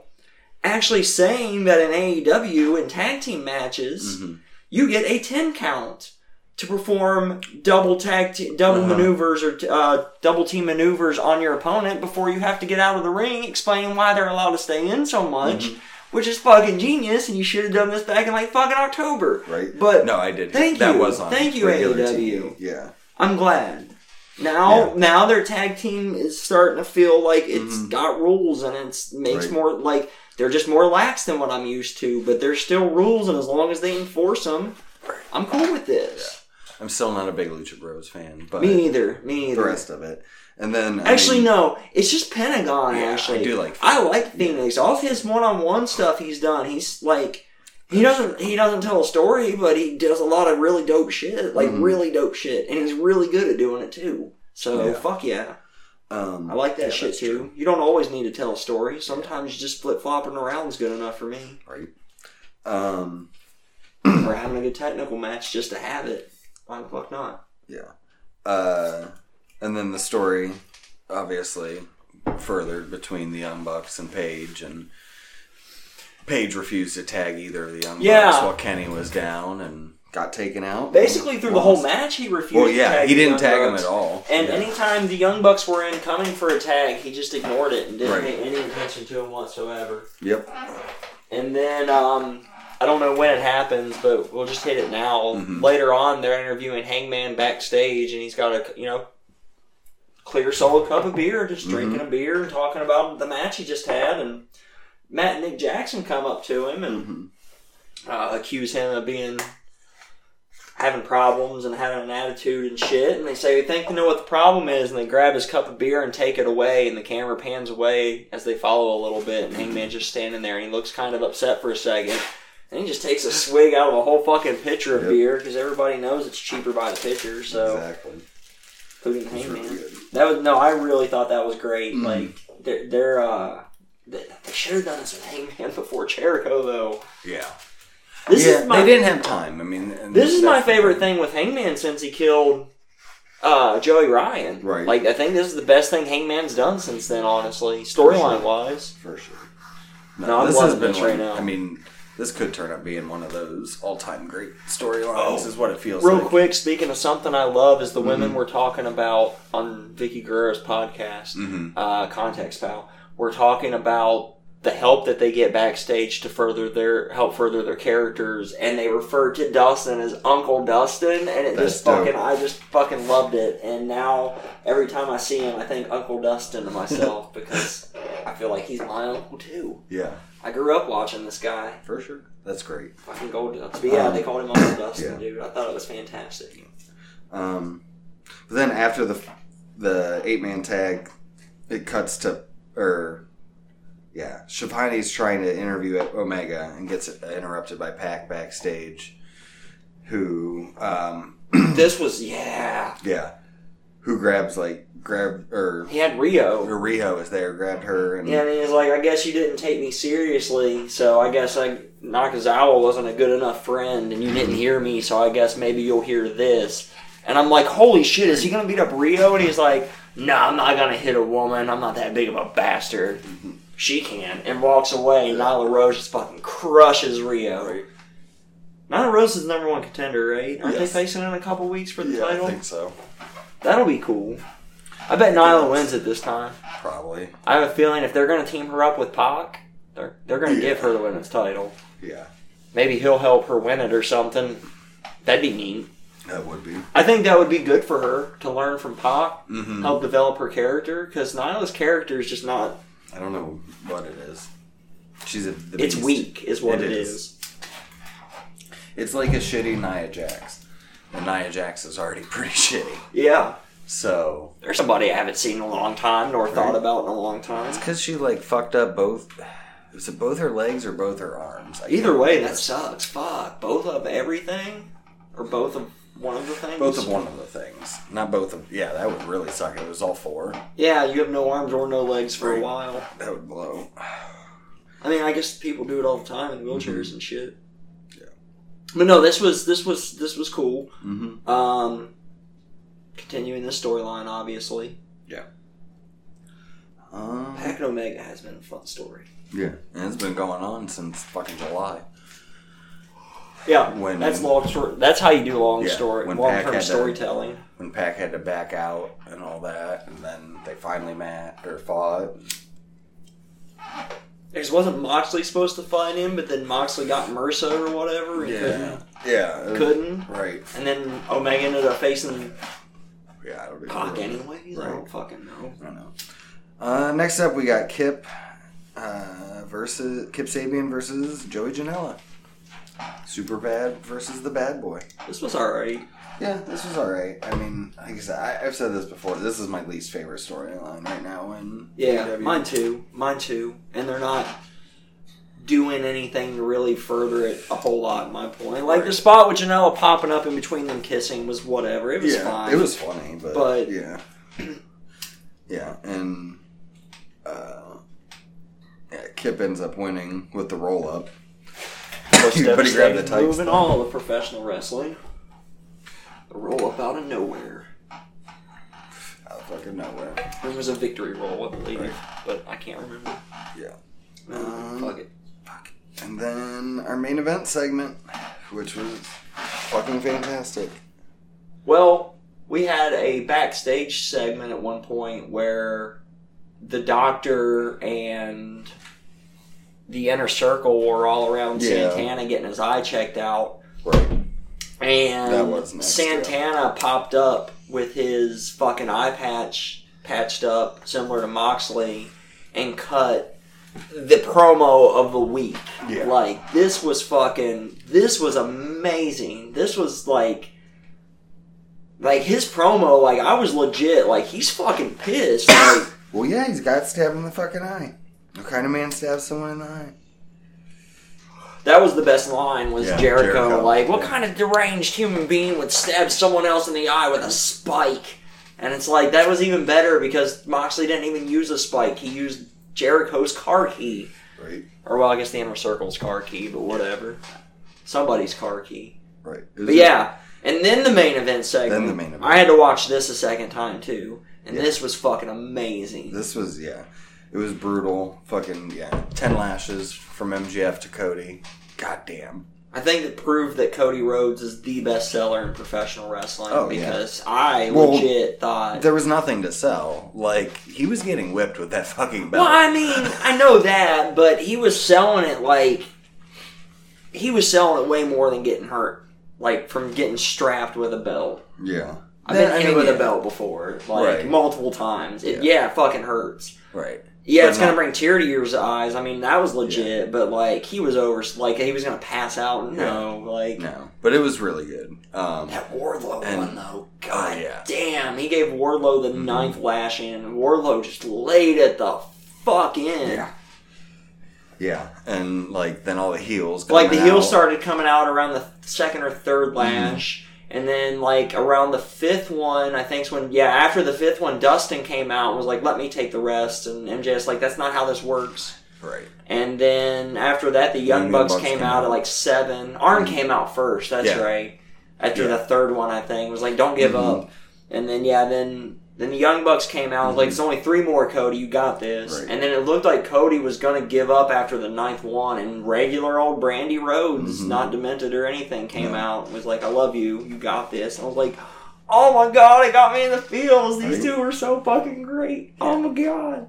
actually saying that in AEW in tag team matches,
Mm-hmm.
you get a 10 count to perform double tag te- double
Uh-huh.
maneuvers or uh, double team maneuvers on your opponent before you have to get out of the ring explaining why they're allowed to stay in so much
Mm-hmm.
which is fucking genius and you should have done this back in like fucking october
Right.
but
No, I did.
Thank
that
you.
was on.
Thank you, E
regular
AEW.
TV. Yeah.
i'm glad now
Yeah.
now their tag team is starting to feel like it's
Mhm.
got rules and it's makes
Right.
more like they're just more lax than what i'm used to but there's still rules and as long as they enforce them
Right.
i'm cool with this
I'm still not a big Lucha Bros fan, but
Me either. Me
the
either.
rest of it. And then I
Actually,
mean,
no. It's just Pentagon.
Yeah, I
actually,
do like
I like Phoenix. All of his one-on-one stuff he's done. He's like, he doesn't he doesn't tell a story, but he does a lot of really dope shit. Like
Mhm.
really dope shit, and he's really good at doing it too. So
Yeah.
fuck yeah,
um,
I like that
yeah,
shit
that's
too.
true.
You don't always need to tell a story. Sometimes just flip flopping around is good enough
<clears throat>
for me.
Right. Um,
or having a good technical match just to have it. Why the fuck not?
uh, and then the story, obviously, furthered between the Young Bucks and Paige, and Paige refused to tag either of the Young
Yeah.
Bucks while Kenny was down and got taken out.
Basically, through the whole
Lost.
match, he refused.
Well,
to
yeah,
tag
he
the
didn't
Young
tag him
Bucks.
at all.
And
Yeah.
anytime the Young Bucks were in coming for a tag, he just ignored it and didn't
Right.
pay any attention to him whatsoever.
Yep.
And then um, I don't know when it happens, but we'll just hit it now.
Mhm.
Later on, they're interviewing Hangman backstage, and he's got a you know clear solid cup of beer, just
Mhm.
drinking a beer and talking about the match he just had. And Matt and Nick Jackson come up to him and
<laughs> Mhm.
uh, accuse him of being having problems and having an attitude and shit. And they say we think they know what the problem is, and they grab his cup of beer and take it away. And the camera pans away as they follow a little bit. And Hangman's just standing there, and he looks kind of upset for a second. And he just takes a swig out of a whole fucking pitcher of
Yep.
beer because everybody knows it's cheaper by the pitcher. So
Exactly.
including
It was
Hangman.
really good.
That was no, I really thought that was great.
Mhm.
Like they're they're uh they, they should have done this with Hangman <laughs> before Jericho though.
Yeah.
This
yeah,
is my
they didn't have time. I mean, and
This is my
that's the
favorite thing with Hangman since he killed uh, Joey Ryan.
Right.
Like I think this is the best thing Hangman's done since then, honestly, storyline wise.
For sure.
No, I'm
this
loving
has been
this right
one-
now.
I mean, this could turn up being one of those all-time great storylines.
Oh.
Is what it feels
Real
like.
quick, speaking of something I love is the women we're talking about on Vicky Guerra's podcast,
Mm-hmm.
uh, Context Pal. We're talking about the help that they get backstage to further their help further their characters, and they refer to Dustin as Uncle Dustin, and it
That's
just
dope.
fucking I just fucking loved it. And now every time I see him, I think Uncle Dustin to
<laughs>
myself because I feel like he's my uncle too.
Yeah,
I grew up watching this guy,
for sure. That's great.
fucking Gold Dust. But yeah,
Um,
they called him Uncle Dustin,
yeah.
dude. I thought it was fantastic.
Um, but then after the the eight man tag, it cuts to or yeah, Shivani's trying to interview Omega and gets interrupted by Pac backstage, who um,
This was yeah.
yeah, who grabs like grab or,
He had Rio.
or Rio is there grabbed her and
Yeah, and he was like, I guess you didn't take me seriously, so I guess I, Nakazawa wasn't a good enough friend, and you didn't hear me, so I guess maybe you'll hear this. And I'm like, holy shit, is he gonna beat up Rio? And he's like, no, I'm not gonna hit a woman. I'm not that big of a bastard. She can. And walks away, and Nyla Rose just fucking crushes Rio.
Right.
Nyla Rose is the number one contender, right? Aren't
Yes.
they facing in a couple weeks for the
Yeah,
title?
I think so.
That'll be cool. I bet Nyla wins it this time.
Probably.
I have a feeling if they're going to team her up with Pac, they're, they're going to give her the women's title.
Yeah,
Maybe he'll help her win it or something. That'd be neat.
that would be.
I think that would be good for her to learn from Pac,
Mm-hmm.
help develop her character, because Nyla's character is just not.
I don't know what it is. She's a. The
It's
beast.
weak, is what
It
it
is.
is.
It's like a shitty Nia Jax. And Nia Jax is already <laughs> pretty shitty.
Yeah.
So
There's somebody I haven't seen in a long time nor thought
Right.
about in a long time.
it's because she like fucked up both. Was it both her legs or both her arms? I
Either
can't
way,
remember.
that sucks. Fuck. Both of everything? Or both of one of the things?
both of one of the things, not both of. Yeah, that would really suck. if It was all four.
Yeah, you have no arms or no legs for
Right.
a while.
That would blow.
I mean, I guess people do it all the time in wheelchairs and shit.
Mm-hmm. Yeah.
But no, this was this was this was cool.
Mm-hmm.
Um, continuing the storyline, obviously.
Um,
Pack and Omega has been a fun story.
yeah, and it's been going on since fucking July.
Yeah,
When-
that's long story. That's how you do long
Yeah,
story,
when
long
Pac had
term
to-
storytelling.
when Pac had to back out and all that, and then they finally met or fought.
Because wasn't Moxley supposed to fight him, but then Moxley got MRSA or whatever and
Yeah, yeah, it
couldn't,
was-
couldn't,
right.
and then Omega ended up facing
Yeah, I don't even
Pac
know.
anyways. I don't
Right.
fucking know.
I don't know. Uh, next up, we got Kip uh, versus Kip Sabian versus Joey Janela. Super bad versus the bad boy.
This was alright.
Yeah, this was all right. I mean, like I said, I, I've said this before. This is my least favorite storyline right now. In
Yeah,
AEW.
mine too. Mine too. And they're not doing anything to really further it a whole lot, in my point. Like the
Right.
spot with Janela popping up in between them kissing was whatever. It was
yeah,
fine.
It was funny, but,
But-
yeah, <clears throat> yeah, and uh, yeah, Kip ends up winning with the roll up. <laughs>
Footsteps
But he grabbed the
that
tights,
move in
though.
all of professional wrestling. A roll up out of nowhere.
Out of fucking nowhere.
It was a victory roll, I believe,
Right.
but I can't remember.
Yeah.
Uh, fuck it.
Fuck. And then our main event segment, which was fucking fantastic.
Well, we had a backstage segment at one point where the doctor and the inner circle were all around
Yeah.
Santana getting his eye checked out.
Right.
And
That was next,
Santana popped up with his fucking eye patch patched up, similar to Moxley, and cut the promo of the week.
Yeah.
Like, this was fucking. This was amazing. This was like. Like, his promo, like, I was legit. Like, he's fucking
<laughs>
pissed. Like,
Well, yeah, he's got stabbed in the fucking eye. What kind of man stabs someone in the eye?
that was the best line, was
Yeah,
Jericho,
Jericho.
Like, what
Yeah.
kind of deranged human being would stab someone else in the eye with a spike? And it's like, that was even better because Moxley didn't even use a spike. He used Jericho's car key.
Right.
Or, well, I guess the inner circle's car key, but whatever. Somebody's car key.
Right.
But yeah, and then the main event segment.
Then the main event.
I had to watch this a second time too, and
Yeah.
this was fucking amazing.
This was yeah. It was brutal. Fucking yeah. Ten lashes from MGF to Cody. Goddamn.
I think it proved that Cody Rhodes is the best seller in professional wrestling
Oh, yeah.
because I
Well,
legit thought.
There was nothing to sell. Like he was getting whipped with that fucking belt.
Well, I mean, I know that, but he was selling it like he was selling it way more than getting hurt, like from getting strapped with a belt.
Yeah.
I've
That-
been
I
hit
mean,
with
yeah.
a belt before, like
Right.
multiple times. It, yeah. it fucking hurts.
Right.
Yeah,
But
it's gonna
not-
bring tear to your eyes. I mean, that was legit, but like he was over, like he was gonna pass out. No, like
No. But it was really good. Um
that Wardlow
And-
one though. God
yeah. Mm-hmm.
damn, he gave Wardlow the ninth lash in. and Wardlow just laid it the fuck in.
Yeah. Yeah. And like then all the heels
Like the
coming
heel
out. Mm-hmm.
started coming out around the second or third lash. And then, like around the fifth one, I think's when yeah. After the fifth one, Dustin came out and was like, "Let me take the rest." And MJF's like, "That's not how this works."
Right.
And then after that, the Young
Young
Bucks,
Bucks
came
came
out, at
out.
like seven. Arn came out first. That's
Yeah.
right. After
Yeah.
the third one, I think it was like, "Don't give
Mhm.
up." And then yeah, then then the Young Bucks came out. I was Like it's only three more, Cody. You got this.
Right.
And then it looked like Cody was gonna give up after the ninth one. And regular old Brandy Rhodes,
Mhm.
not demented or anything, came
No.
out and was like, "I love you. You got this." And I was like. Oh my god, it got me in the feels. These
Right.
two were so fucking great. Oh my god.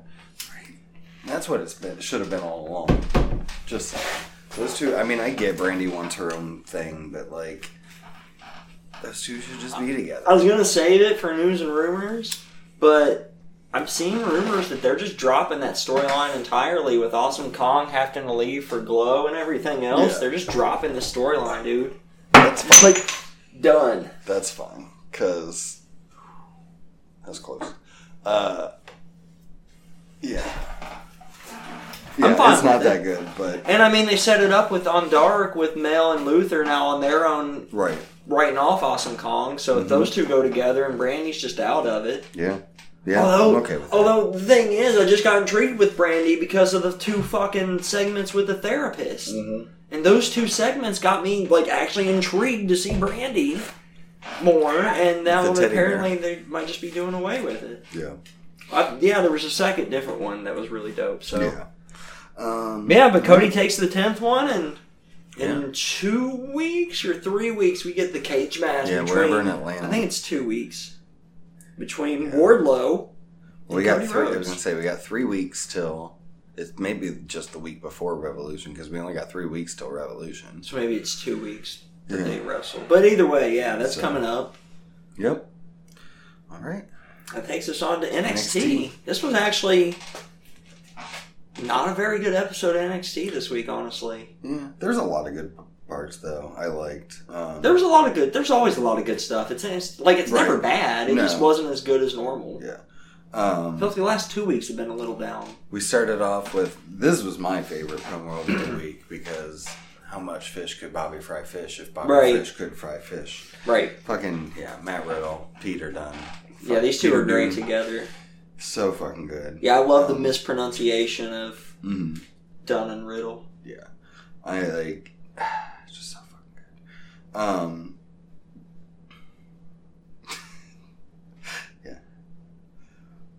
That's what it's been. It should have been all along. Just those two. I mean, I get Brandy wants her own thing, but like those two should just be
I
together.
was gonna save it for news and rumors, but I'm seeing rumors that they're just dropping that storyline entirely with Awesome Kong having to leave for Glow and everything else.
Yeah.
They're just dropping the storyline, dude.
That's
It's
fine.
like done.
That's fine. Cause That was close. Uh, yeah.
I'm
Yeah,
fine
it's not
with
that good, but
And I mean, they set it up with on Dark with Mel and Luther now on their own
right.
writing off Awesome Kong. So if those two go together and Brandy's just out of it.
Yeah. Yeah.
although,
I'm okay with that.
although the thing is, I just got intrigued with Brandy because of the two fucking segments with the therapist,
Mm-hmm.
and those two segments got me like actually intrigued to see Brandy more. And now
teddy bear.
apparently they might just be doing away with it.
Yeah.
I, yeah, there was a second different one that was really dope. So
Yeah. Um,
Yeah, but Cody takes the tenth one, and
Yeah.
in two weeks or three weeks we get the cage match.
Yeah,
between,
wherever in Atlanta.
I think it's two weeks between
Yeah.
Wardlow.
we
and
got
Cody
three. I was
Rhodes.
gonna say we got three weeks till it's maybe just the week before Revolution because we only got three weeks till Revolution.
So maybe it's two weeks that
Yeah.
they wrestle. But either way, yeah, that's
So-
coming up.
Yep. All right.
That takes us on to NXT.
NXT.
This was actually not a very good episode of NXT this week, honestly.
Yeah. There's a lot of good parts though. I liked. Um,
There was a lot of good. There's always a lot of good stuff. It's, it's like it's never
Right.
bad. It
No.
just wasn't as good as normal.
Yeah.
I
Um,
felt like the last two weeks have been a little down.
we started off with this was my favorite promo of <clears throat> the week because how much fish could Bobby fry fish if Bobby
Right.
Fish could fry fish?
Right.
Fucking yeah, Matt Riddle, Peter Dunn.
Yeah, these two
Peter
are great
Dunn.
together.
So fucking good.
Yeah, I love the
Um,
mispronunciation of
Mm.
Dunn and Riddle.
I like <sighs> it's just so fucking good. Um <laughs> Yeah.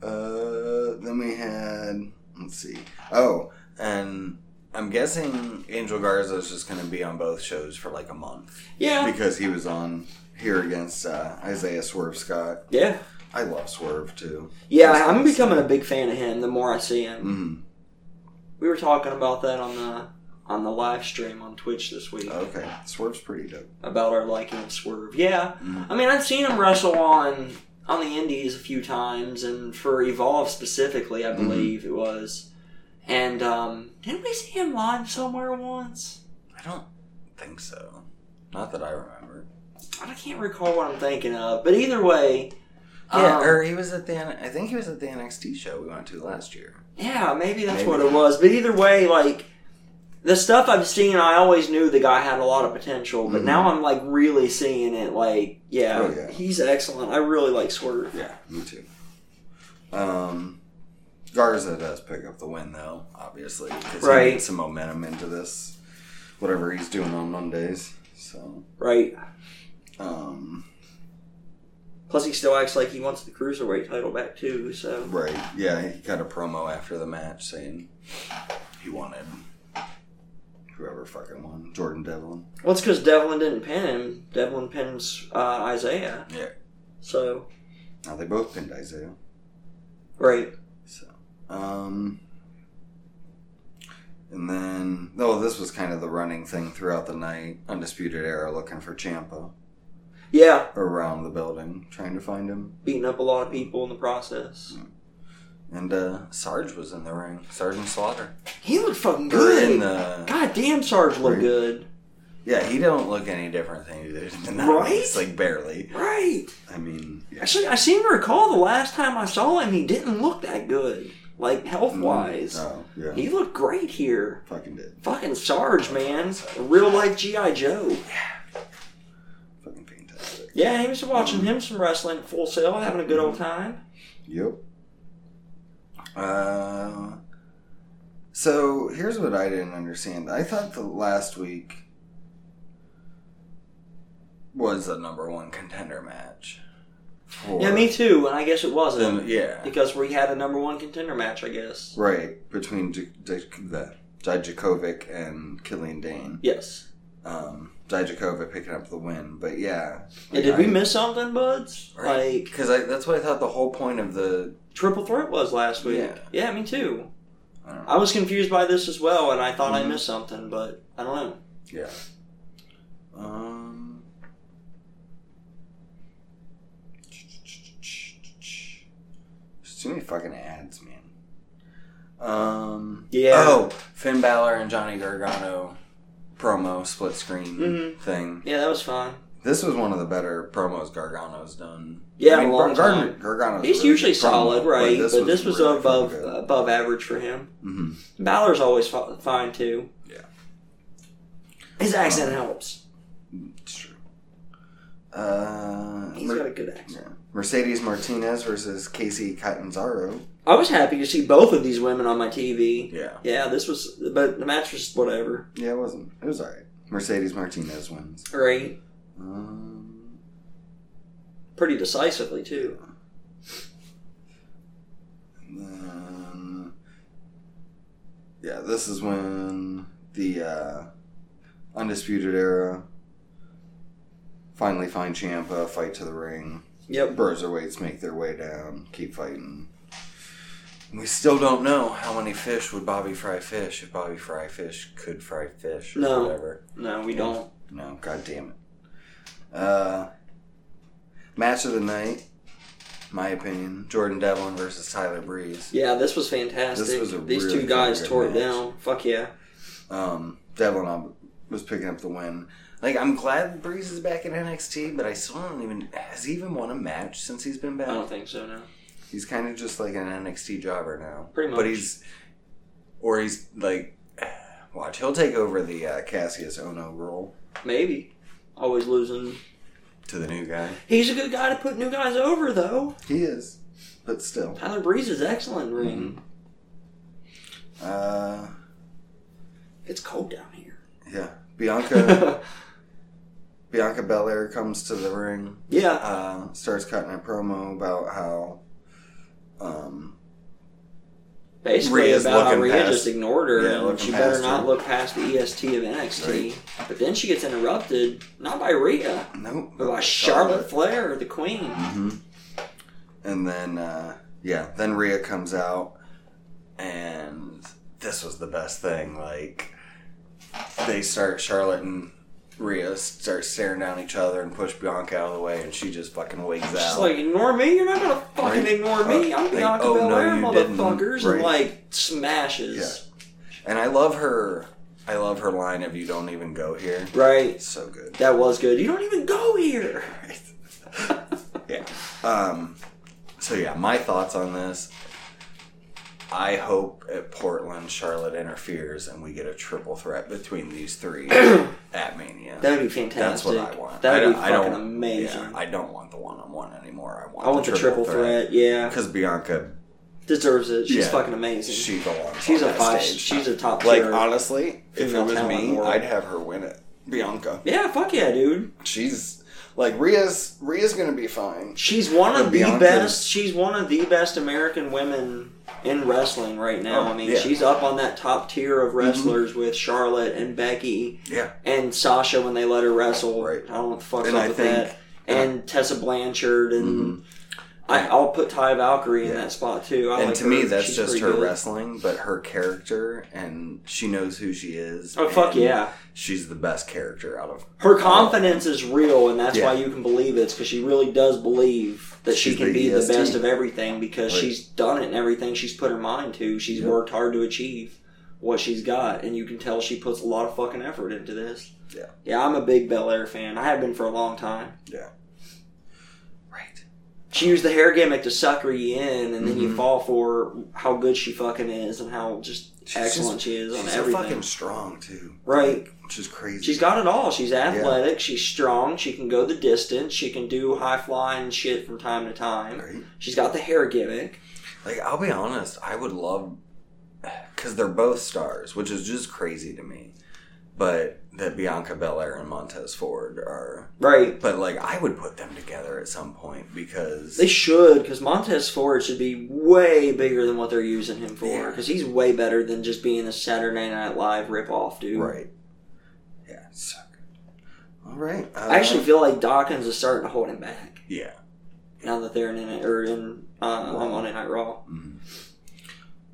Uh then we had let's see. Oh, and I'm guessing Angel Garza is just gonna be on both shows for like a month.
Yeah,
Because he was on here against uh, Isaiah Swerve Scott.
yeah,
I love Swerve too.
yeah. I'm becoming a big fan of him the more I see him.
Mm,
We were talking about that on the on the live stream on Twitch this week
okay. Swerve's pretty dope.
about our liking of Swerve. Yeah,
Mhm.
I mean I've seen him wrestle on on the Indies a few times, and for Evolve specifically, I believe it was. And um, didn't we see him live somewhere once?
I don't think so. Not that I remember.
I can't recall what I'm thinking of, but either way,
Yeah,
um,
or he was at the N- I think he was at the NXT show we went to last year.
Yeah, maybe that's
Maybe.
what it was. But either way, like the stuff I've seen, I always knew the guy had a lot of potential. But
Mhm.
now I'm like really seeing it. Like, yeah,
Oh, yeah.
he's excellent. I really like Swerve.
Yeah, me too. Um, Garza does pick up the win though, obviously, because he
Right.
needs some momentum into this, whatever he's doing on Mondays. So,
Right.
um,
Plus, he still acts like he wants the cruiserweight title back too. So
right, yeah, he got a promo after the match saying he wanted whoever fucking won, Jordan Devlin.
well, it's because Devlin didn't pin him. Devlin pins uh, Isaiah.
Yeah.
So
Now they both pinned Isaiah.
right.
So, um, and then oh, this was kind of the running thing throughout the night. Undisputed Era looking for Champa
Yeah,
around the building, trying to find him.
beating up a lot of people in the process.
And uh, Sarge was in the ring. Sergeant Slaughter.
He looked fucking
Or in
good.
the
God damn, Sarge looked
Right.
good.
yeah, he don't look any different than he did in the
Right?
nineties, <laughs> like barely.
Right.
I mean, yeah.
Actually, I seem to recall the last time I saw him, he didn't look that good, like health wise.
Oh yeah,
He looked great here.
fucking did.
Fucking Sarge, man, real life GI Joe.
Fucking fantastic.
Yeah, he was
Mm.
watching him some wrestling at Full Sail, having a good old time.
Yep. Uh, so here's what I didn't understand. I thought the last week was the number one contender match. For
Yeah, me too. And I guess it
Then-
wasn't
yeah,
because we had a number one contender match. I guess.
right between J- J- the Dijakovic and Killian Dane.
Yes.
Um, Dijakovic picking up the win, but yeah.
Yeah, did we miss something, buds? Like
Because that's what I thought the whole point of the.
triple threat was last week.
Yeah.
yeah me too.
I don't know.
I was confused by this as well, and I thought
Mhm.
I missed something, but I don't know.
Yeah. Um. There's too many fucking ads, man. Um.
Yeah.
Oh, Finn Balor and Johnny Gargano promo split screen
Mhm.
thing.
Yeah, that was fine.
This was one of the better promos Gargano's done.
Yeah, in a long time.
Gargano's
He's
really
usually
good promo,
solid, right? But this, was,
really
above uh,
fucking good.
above average for him.
Mhm.
Balor's always fi- fine too.
Yeah.
His accent helps.
It's true. Uh,
He's
Mer-
got a good accent.
yeah. Mercedes Martinez versus Casey Catanzaro.
I was happy to see both of these women on my TV.
Yeah.
Yeah, this was, but the match was whatever.
Yeah, it wasn't. It was alright. Mercedes Martinez wins.
Right.
Um,
Pretty decisively too.
then- yeah, this is when the uh, Undisputed Era finally find Champa, fight to the ring.
Yep.
Bruiserweights make their way down, keep fighting. We still don't know how many fish would Bobby fry fish if Bobby fry fish could fry fish or
No.
whatever.
No, we don't.
No, god damn it. Uh, match of the night, my opinion: Jordan Devlin versus Tyler Breeze.
Yeah, this was fantastic.
This was a
These
really
two guys
good
tore
match.
it down. Fuck yeah.
Um, Devlin um, was picking up the win. Like, I'm glad Breeze is back in NXT, but I still don't even has he even won a match since he's been
I don't
back.
think so. No.
He's kind of just like an NXT jobber now.
Pretty
but
much.
he's or he's like, <sighs> watch, he'll take over the uh, Cassius Ono role
Maybe. Always losing.
to the new guy.
He's a good guy to put new guys over though.
He is, but still.
Tyler Breeze is excellent. in the Ring.
Mm-hmm. Uh,
It's cold down
<laughs>
here.
yeah,
<laughs>
Bianca. Bianca Belair comes to the ring,
yeah.
uh, starts cutting a promo about how um,
Basically
Rhea's
about how
looking
Rhea
past-
just ignored her
yeah,
and
looking
she better
past
not
her.
look past the EST of NXT. But then she gets interrupted, not by Rhea,
nope,
but by Charlotte Flair, the queen.
hmm And then uh, yeah, then Rhea comes out, and this was the best thing. Like they start Charlotte and Rhea start staring down each other and push Bianca out of the way, and she just fucking wakes
She's
out.
like, ignore me? You're not gonna fucking
Right.
ignore me. I'm
Like,
Bianca
oh, no,
Belair,
you didn't.
motherfuckers.
Right.
And like, smashes.
and I love her. I love her line of "You don't even go here."
Right.
It's so good. <laughs>
That was good. You don't even go here.
Yeah. Um, so yeah, my thoughts on this. I hope at Portland, Charlotte interferes, and we get a triple threat between these
<clears throat>
three at Mania.
That'd be fantastic.
That's what I want. I
That'd
don't-
be
I
fucking
don't-
amazing.
Yeah, I don't want the one-on-one anymore. I want,
I want the triple, threat. Yeah,
because Bianca,
deserves it. She's
Yeah.
fucking amazing.
she belongs.
she's
on
a
that
five.
stage.
She's a top
like
tier.
honestly, if it
female
was
talent in
me,
the world.
I'd have her win it. Bianca,
yeah, fuck yeah, dude.
she's like Rhea's. Rhea's gonna be fine.
She's one of
But
the
Bianca's-
best. She's one of the best American women in wrestling right now.
Oh,
I mean,
yeah. Mm-hmm.
she's up on that top tier of wrestlers with Charlotte and Becky
Yeah,
and Sasha when they let her wrestle.
Right.
I don't know what the fuck's
And
up
I
with
think-
that. And Tessa Blanchard and. I, I'll put Ty Valkyrie in
Yeah.
that spot too. I
and
like
to
her.
me, that's
She's
just
pretty
her
good.
wrestling, but her character, and she knows who she is.
Oh fuck
and
yeah!
she's the best character out of.
Her confidence is real, and that's
Yeah.
why you can believe it, because she really does believe that she
She's
can
the
be the
EST.
best of everything because
Right.
she's done it and everything she's put her mind to. She's
Yep.
worked hard to achieve what she's got, and you can tell she puts a lot of fucking effort into this.
Yeah.
Yeah, I'm a big Bel Air fan. I have been for a long time.
Right.
She used the hair gimmick to sucker you in, and then you
Mhm.
fall for how good she fucking is and how just
She's
excellent she is on
She's so
everything.
fucking strong too,
right.
which is crazy.
She's got it all. She's athletic. She's strong. She can go the distance. She can do high flying shit from time to time.
Right?
She's got the hair gimmick.
Like I'll be honest, I would love because they're both stars, which is just crazy to me. But that Bianca Belair and Montez Ford are,
Right.
but like I would put them together at some point because
They should, because Montez Ford should be way bigger than what they're using him for.
Yeah.
Because he's way better than just being a Saturday Night Live ripoff, dude.
right, yeah, so good. All right, uh,
I actually feel like Dawkins is starting to hold him back
yeah.
now that they're in N- or in uh, on Monday Night Raw.
Mhm.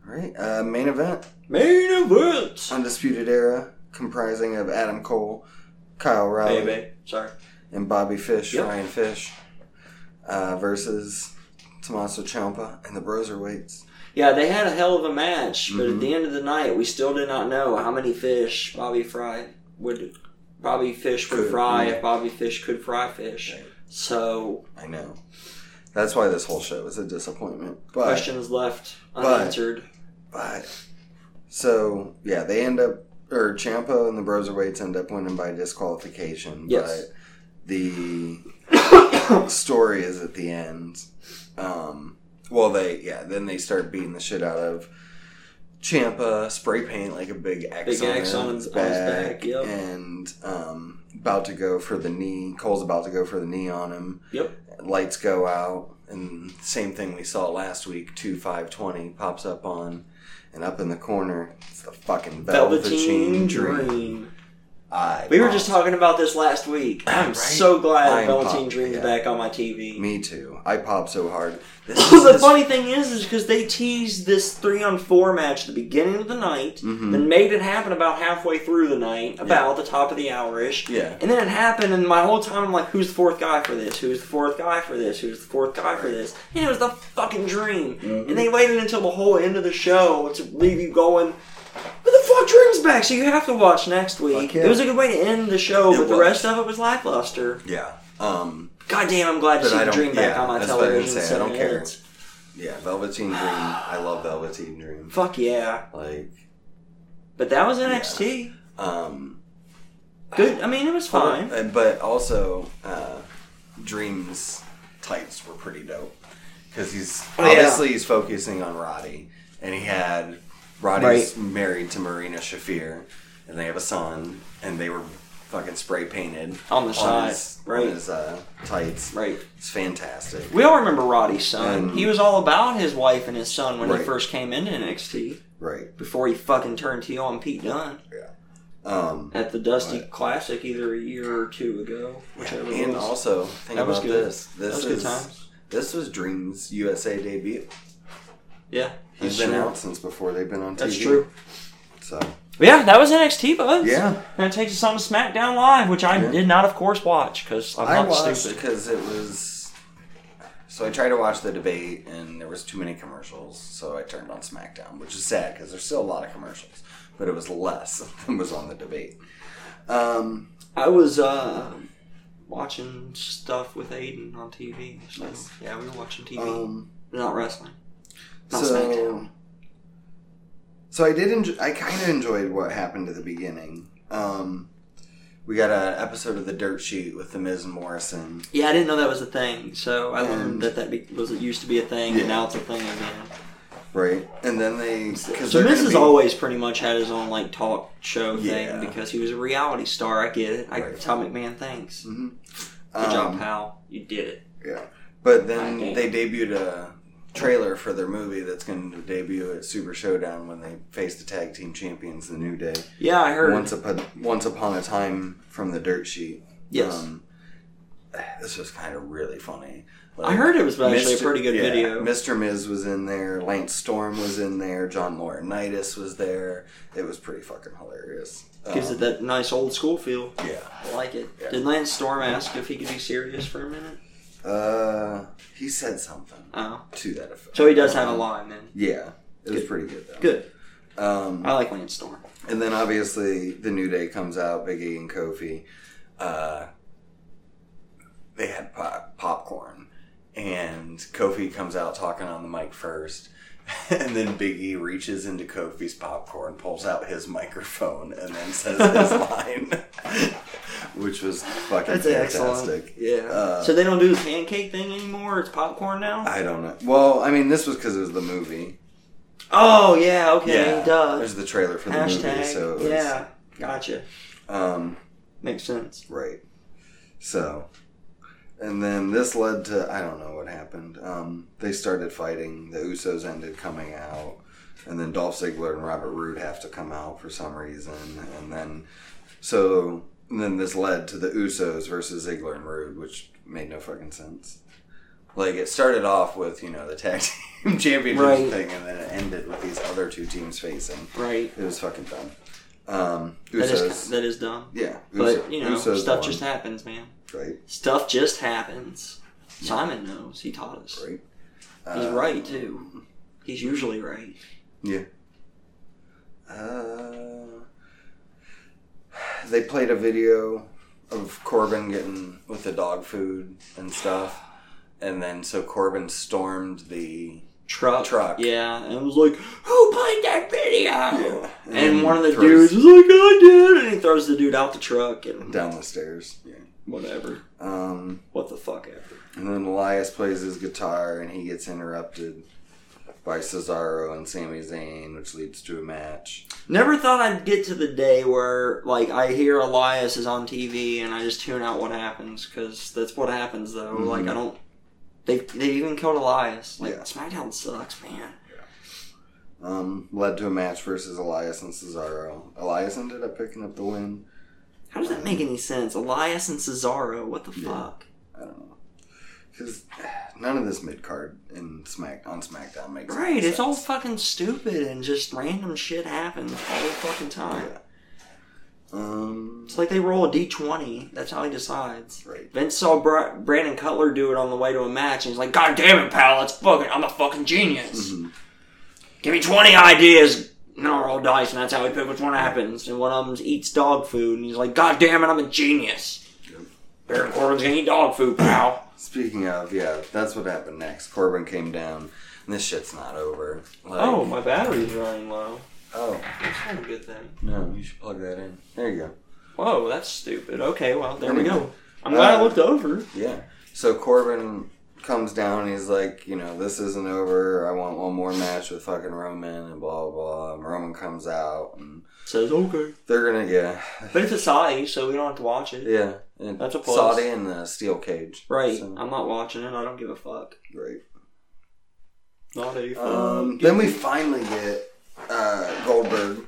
All right, uh, main event
Main event.
Undisputed Era, comprising of Adam Cole, Kyle Riley,
Baby, sorry.
and Bobby Fish,
Yep.
Ryan Fish, uh, versus Tommaso Ciampa and the Broserweights.
Yeah, they had a hell of a match, but
Mhm.
at the end of the night, we still did not know how many fish Bobby Fry would Bobby Fish would
Could
fry
be.
if Bobby Fish could fry fish.
Right.
So
I know. That's why this whole show is a disappointment. But
questions left
but-
unanswered.
<coughs> But so yeah, they end up or Champa and the Broserweights end up winning by disqualification.
Yes.
But the story is at the end. Um, well, they yeah, then they start beating the shit out of Champa, spray paint like a big X,
Big X on his- on his back, yep.
and um, about to go for the knee. Cole's about to go for the knee on him.
Yep.
Lights go out, and same thing we saw last week. Two five twenty pops up on, and up in the corner, it's the fucking
Velveteen
Velveteen,
Dream.
Dream. I
We were just
popped.
talking about this last week. I'm
Right.
so glad
I'm
Velveteen
pop-
Dream's
yeah.
back on my TV. <coughs>
Me too. I popped so hard.
<laughs>
This
the funny thing is, is because they teased this three on four match at the beginning of the night,
Mhm.
then made it happen about halfway through the night, about the top of the hour ish,
Yeah.
and then it happened. And my whole time, I'm like, "Who's the fourth guy for this? Who's the fourth guy for this? Who's the fourth guy for this?" And it was the fucking dream.
Mm-hmm.
And they waited until the whole end of the show to leave you going. But the fuck dreams back, so you have to watch next week.
Fuck yeah.
It was a good way to end the show,
It
but the
was.
rest of it was lackluster.
Yeah. Um.
God damn, I'm glad to
But
see
I
the
don't-
dream back
yeah,
on my
that's what I was
television.
gonna say, I
so
don't care.
it's-
Yeah. Velveteen Dream. I love Velveteen Dream.
Fuck yeah.
Like.
But that was NXT.
Um.
Good. I mean, it was fine.
Uh, But also, uh, Dream's tights were pretty dope because he's
Oh, yeah.
obviously he's focusing on Roddy, and he had Roddy's married to Marina Shafir, and they have a son, and they were fucking spray painted
On the side,
his,
right.
on his uh, tights.
Right.
It's fantastic.
We all remember Roddy's son.
Um,
he was all about his wife and his son when he
Right.
first came into NXT.
Right.
Before he fucking turned heel on Pete Dunne
Um,
at the Dusty
Right.
Classic either a year or two ago, whichever it
and
was.
also think
That was
about
good.
this.
that
This
was
is
good times.
this was Dream's USA debut.
Yeah,
He's
that's
been
true.
out since before they've been on TV.
That's true.
So
But yeah, that was NXT, bud.
yeah.
and it takes us on to SmackDown Live, which I
Yeah.
did not, of course, watch because I'm
I
not
watched
stupid.
because it was. So I tried to watch the debate, and there was too many commercials. So I turned on SmackDown, which is sad because there's still a lot of commercials, but it was less <laughs> than was on the debate. Um,
I was uh, watching stuff with Aiden on TV. So,
Nice.
Yeah, we were watching TV.
um,
Not wrestling. Not
so,
SmackDown.
so I did. Enjoy, I kind of enjoyed what happened at the beginning. Um, we got an episode of the Dirt Sheet with the Miz and Morrison.
Yeah, I didn't know that was a thing. So I learned
And-
that that be- was it used to be a thing,
Yeah.
and now it's a thing again.
Right, and then they because
So Miz has always pretty much had his own like talk show
Yeah.
thing because he was a reality star. I get it. I,
Right.
Tom McMahon, thanks. Good
Mm-hmm.
job, pal. You did it.
Yeah. But
Okay.
then they debuted a trailer for their movie that's going to debut at Super Showdown when they face the tag team champions, The New Day.
Yeah, I heard.
Once upon Once upon a time from the dirt sheet.
yes,
Um, <sighs> this was kind of really funny.
I heard it was actually
Mr.
a pretty good
yeah,
video.
Mr. Miz was in there. Lance Storm was in there. John Laurinaitis was there. It was pretty fucking hilarious.
Gives
Um,
it that nice old school feel.
yeah.
I like it.
Yeah.
Did Lance Storm ask if he could be serious for a minute?
Uh, he said something
Oh,
to that effect.
so he does have a line then.
Yeah, it was
Good.
pretty good though.
Good.
Um,
I like Lance Storm.
and then obviously the new day comes out, Big E and Kofi. Uh, they had pop- popcorn, and Kofi comes out talking on the mic first. <laughs> And then Big E reaches into Kofi's popcorn, pulls out his microphone, and then says his
<laughs>
line, <laughs> which was fucking fantastic.
Yeah.
Uh,
so they don't do the pancake thing anymore. It's popcorn now.
I don't know. Well, I mean, this was because it was the movie.
oh yeah. Okay. Duh.
There's the trailer for the
Hashtag.
movie, so it was,
yeah. Gotcha.
Um,
Makes sense.
Right. So, and then this led to I don't know what happened. Um, they started fighting. The Usos ended coming out, and then Dolph Ziggler and Robert Roode have to come out for some reason, and then so and then this led to the Usos versus Ziggler and Roode, which made no fucking sense. Like it started off with you know the tag <laughs> team championship
Right.
thing, and then it ended with these other two teams facing.
Right.
It was fucking dumb. Um,
That
Usos,
is that is dumb.
yeah, Uso-
But you know,
Usos
stuff
won,
just happens, man.
right.
Stuff just happens. Simon knows. He taught us.
Right.
He's
Uh,
right too. He's usually right.
Uh, they played a video of Corbin getting with the dog food and stuff, and then so Corbin stormed the
Truck.
Truck.
Yeah, and it was like, who played that video? <laughs> And,
then
one of the
throws
dudes was like, I did, and he throws the dude out the truck and
down the stairs. Yeah.
whatever.
Um,
What the fuck ever.
and then Elias plays his guitar, and he gets interrupted by Cesaro and Sami Zayn, which leads to a match.
Never thought I'd get to the day where like I hear Elias is on TV and I just tune out what happens because that's what happens though.
Mhm.
Like I don't. They they even killed Elias. Like
Yeah.
SmackDown sucks, man.
Um, led to a match versus Elias and Cesaro. Elias ended up picking up the win.
How does that make any sense? Elias and Cesaro. What the
Yeah.
fuck?
I don't know. Because none of this mid card in Smack on SmackDown makes any
Right, it's all
sense.
fucking stupid and just random shit happens all the fucking time.
Yeah. Um,
It's like they roll a d twenty. That's how he decides.
right.
Vince saw Bra- Brandon Cutler do it on the way to a match, and he's like, "God damn it, pal! That's fucking. I'm a fucking genius.
Mhm.
Give me twenty ideas." And I'll roll dice, and that's how we pick which one happens. And one of them eats dog food, and he's like, "God damn it, I'm a genius."
Yep.
Baron Corbin's gonna eat dog food, pal.
Speaking of, yeah, that's what happened next. Corbin came down, and this shit's not over. Like,
Oh, my battery's running low.
oh,
That's not a good thing.
no, you should plug that in. There you go.
Whoa, that's stupid. Okay, well there we go. I'm
Uh,
glad I looked over.
Yeah. So Corbin comes down and he's like, you know, this isn't over. I want one more match with fucking Roman and blah, blah, blah. And Roman comes out and
Says okay,
they're going to, yeah.
but it's a Saudi, so we don't have to watch it.
Yeah. And
That's a plus.
Saudi in the steel cage.
Right.
So,
I'm not watching it. I don't give a fuck.
right.
Not uh, a
Um,
fuck.
then we finally get uh, Goldberg.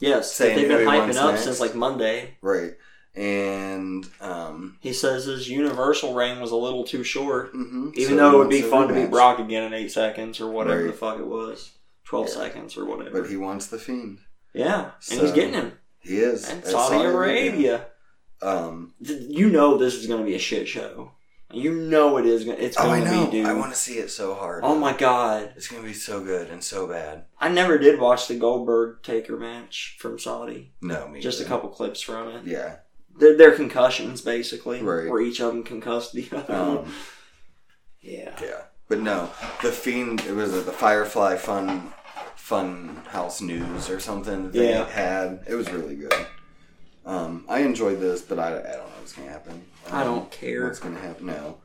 yes, that
saying
they've been
everyone's
hyping up
next.
since like Monday.
Right. And, um,
He says his Universal reign was a little too short,
mhm. So
even though it would
he wants
be
a
fun to beat
rematch.
Brock again in eight seconds or whatever
Right.
the fuck it was, twelve
Yeah.
seconds or whatever.
But he wants the Fiend.
yeah, and he's
So-
getting him.
He is.
And
at
Saudi Arabia.
Um,
Th- You know this is going to be a shit show. You know it is. Gonna, it's
oh, I
going to
know.
be, dude.
I want to see it so hard.
oh my god!
It's going to be so good and so bad.
I never did watch the Goldberg Taker match from Saudi.
No, me.
Just a
neither.
couple clips from it.
Yeah.
They're, they're concussions, basically,
Right.
where each of them concussed the other. one.
Um,
Yeah.
yeah. But no, the fiend. It was uh, the Firefly Fun Fun House News or something that they
Yeah.
had. It was really good. Um, I enjoyed this, but I, I don't know what's gonna happen.
I
Um,
don't care.
What's gonna happen? No.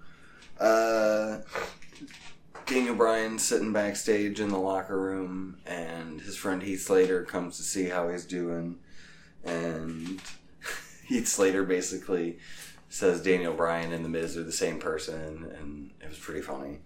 Uh, Daniel Bryan's sitting backstage in the locker room, and his friend Heath Slater comes to see how he's doing, and <laughs> Heath Slater basically says Daniel Bryan and The Miz are the same person, and it was pretty funny.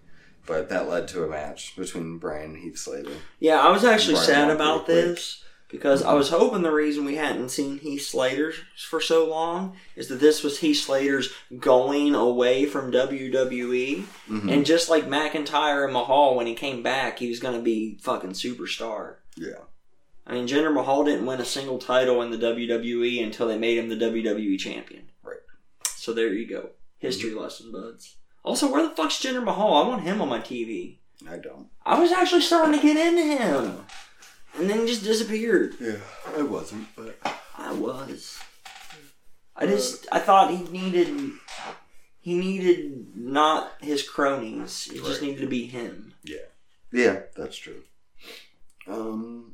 But that led to a match between Bryan and Heath Slater.
Yeah, I was actually
Brian
sad
Moore
about
pretty quick.
this because I was hoping the reason we hadn't seen Heath Slater for so long is that this was Heath Slater's going away from WWE.
Mhm.
And just like McIntyre and Mahal, when he came back, he was going to be fucking superstar.
Yeah.
I mean, Jinder Mahal didn't win a single title in the WWE until they made him the WWE champion.
Right.
So there you go. History lesson, buds. Also, where the fuck's Jinder Mahal? I want him on my TV.
I don't.
I was actually starting to get into him. And then he just disappeared.
Yeah, I wasn't, but
I was. I just I thought he needed he needed not his cronies. It just
Right.
needed to be him.
Yeah, that's true. Um,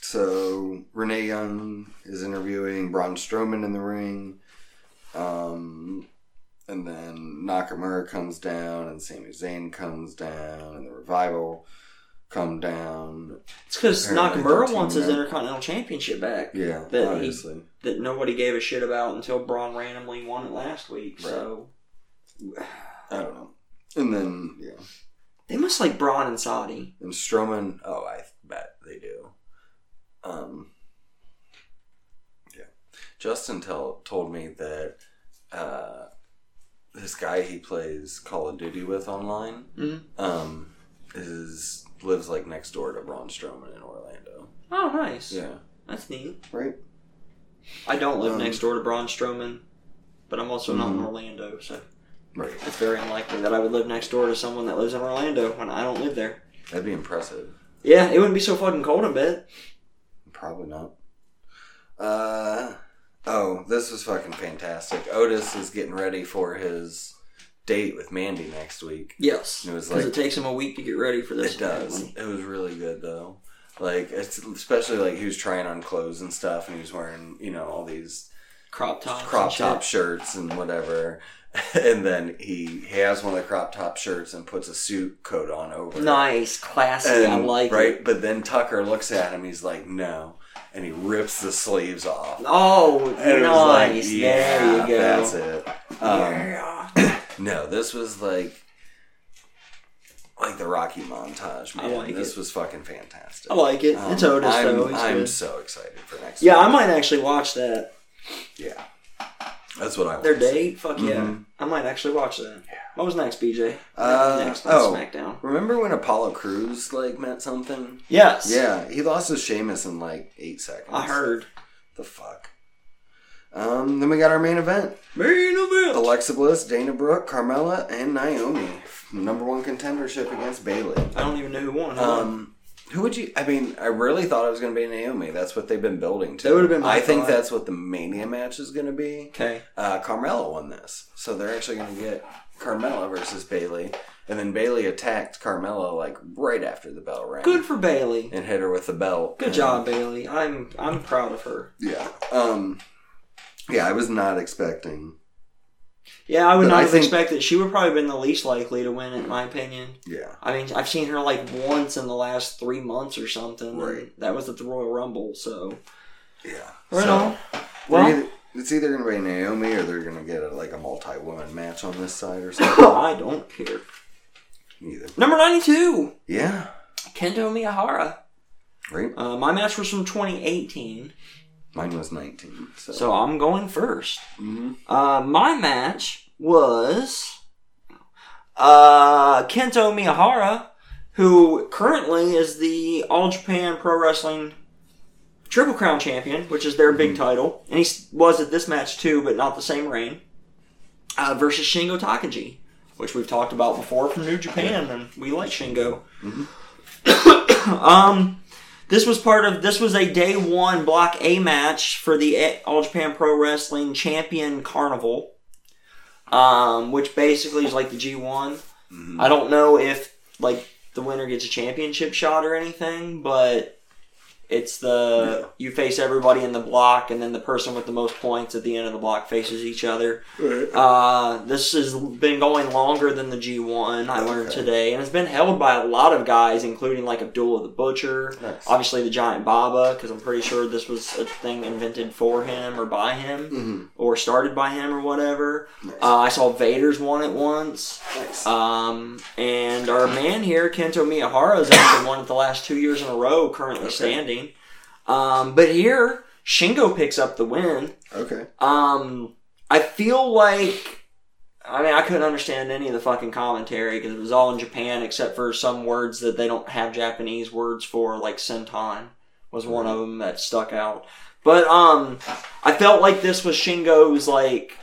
so Renee Young is interviewing Braun Strowman in the ring, um, and then Nakamura comes down, and Sami Zayn comes down, and the revival come down.
It's because
Apparently
Nakamura
that's
wants his
him, yeah.
Intercontinental Championship back
Yeah,
That he-
obviously.
that nobody gave a shit about until Braun randomly won it last week. So
I don't know. And then yeah,
they must like Braun and Saudi.
and Strowman. Oh, I bet they do. Um, yeah. Justin tell, told me that uh, this guy he plays Call of Duty with online
Mhm.
um, is lives like next door to Braun Strowman in Orlando.
Oh, nice.
Yeah,
That's neat.
right.
I don't live
Um,
next door to Braun Strowman, but I'm also not in
Mhm.
Orlando, so
Right.
it's very unlikely that I would live next door to someone that lives in Orlando when I don't live there.
That'd be impressive.
Yeah, it wouldn't be so fucking cold in bed.
Probably not. Uh oh, this was fucking fantastic. Otis is getting ready for his date with Mandy next week.
Yes.
It was
Because
like
it takes him a week to get ready for this.
it does.
apparently.
It was really good though. Like it's especially like he was trying on clothes and stuff, and he was wearing you know all these
Crop top.
crop top shirts and whatever. <laughs> And then he, he has one of the crop top shirts and puts a suit coat on over. it.
Nice, classy. I
And-
like
right,
it.
but then Tucker looks at him. He's like, "No," and he rips the sleeves off.
Oh,
And it was like,
nice.
"Yeah,
there you go.
That's it. Um,
yeah.
no, this was like like the Rocky montage, man.
like
this
it.
was fucking fantastic.
I like it.
Um,
it's Otis
I'm,
though. He's
I'm
good.
so excited for next.
Yeah,
week.
I might actually watch that.
yeah. That's what I want.
Their
to see.
date? Fuck yeah.
Mhm.
I might actually watch that. What was next, BJ?
Uh,
next on
oh.
SmackDown.
Remember when Apollo Cruz like meant something?
Yes.
Yeah, he lost to Sheamus in like eight seconds.
I heard.
The fuck. Um, then we got our main event.
Main event.
Alexa Bliss, Dana Brooke, Carmella, and Naomi. Number one contendership against Bailey.
I don't even know who won. Hold on.
Um, who would you? I mean, I really thought it was going to be Naomi. That's what they've been building to.
That would've been my
I think
thought.
that's what the Mania match is going to be.
okay.
Uh, Carmella won this, so they're actually going to get Carmella versus Bailey, and then Bailey attacked Carmella like right after the bell rang.
Good for Bailey.
And hit her with the belt.
Good
And-
job, Bailey. I'm I'm proud of her.
Yeah. Um. Yeah, I was not expecting.
Yeah, I would
But
not
I
have
think-
expected. She would probably have been the least likely to win, in my opinion.
Yeah.
I mean, I've seen her like once in the last three months or something. and
Right.
That was at the Royal Rumble, so.
Yeah.
Right
So-
on. Well,
They're either- it's either going to be Naomi or they're going to get a, like a multi-woman match on this side or something. <laughs>
<coughs> I don't care.
Either.
Number 92,
Yeah.
Kento Miyahara.
Right.
Uh, my match was from 2018,
Mine was nineteen. So.
so I'm going first.
Mhm.
Uh, my match was uh, Kento Miyahara, who currently is the All Japan Pro Wrestling Triple Crown champion, which is their big title, and he s- was at this match too, but not the same reign, uh, versus Shingo Takagi, which we've talked about before from New Japan, and we like Shingo. um, this was part of this was a day one block A match for the A- All Japan Pro Wrestling Champion Carnival, um, which basically is like the G one. I don't know if like the winner gets a championship shot or anything, but it's the you face everybody in the block, and then the person with the most points at the end of the block faces each other. Uh, this has been going longer than the G1, I learned
Okay.
today, and it's been held by a lot of guys, including like Abdullah the Butcher,
Nice.
obviously the Giant Baba, because I'm pretty sure this was a thing invented for him or by him,
Mhm.
or started by him or whatever.
Nice.
Uh, I saw Vader's one at once.
Nice.
Um, and our man here, Kento Miyahara, is actually one of the last two years in a row currently
Okay.
standing. Um, but here, Shingo picks up the win.
okay.
Um, I feel like I mean I couldn't understand any of the fucking commentary because it was all in Japan except for some words that they don't have Japanese words for, like senton was one of them that stuck out. But um, I felt like this was Shingo's like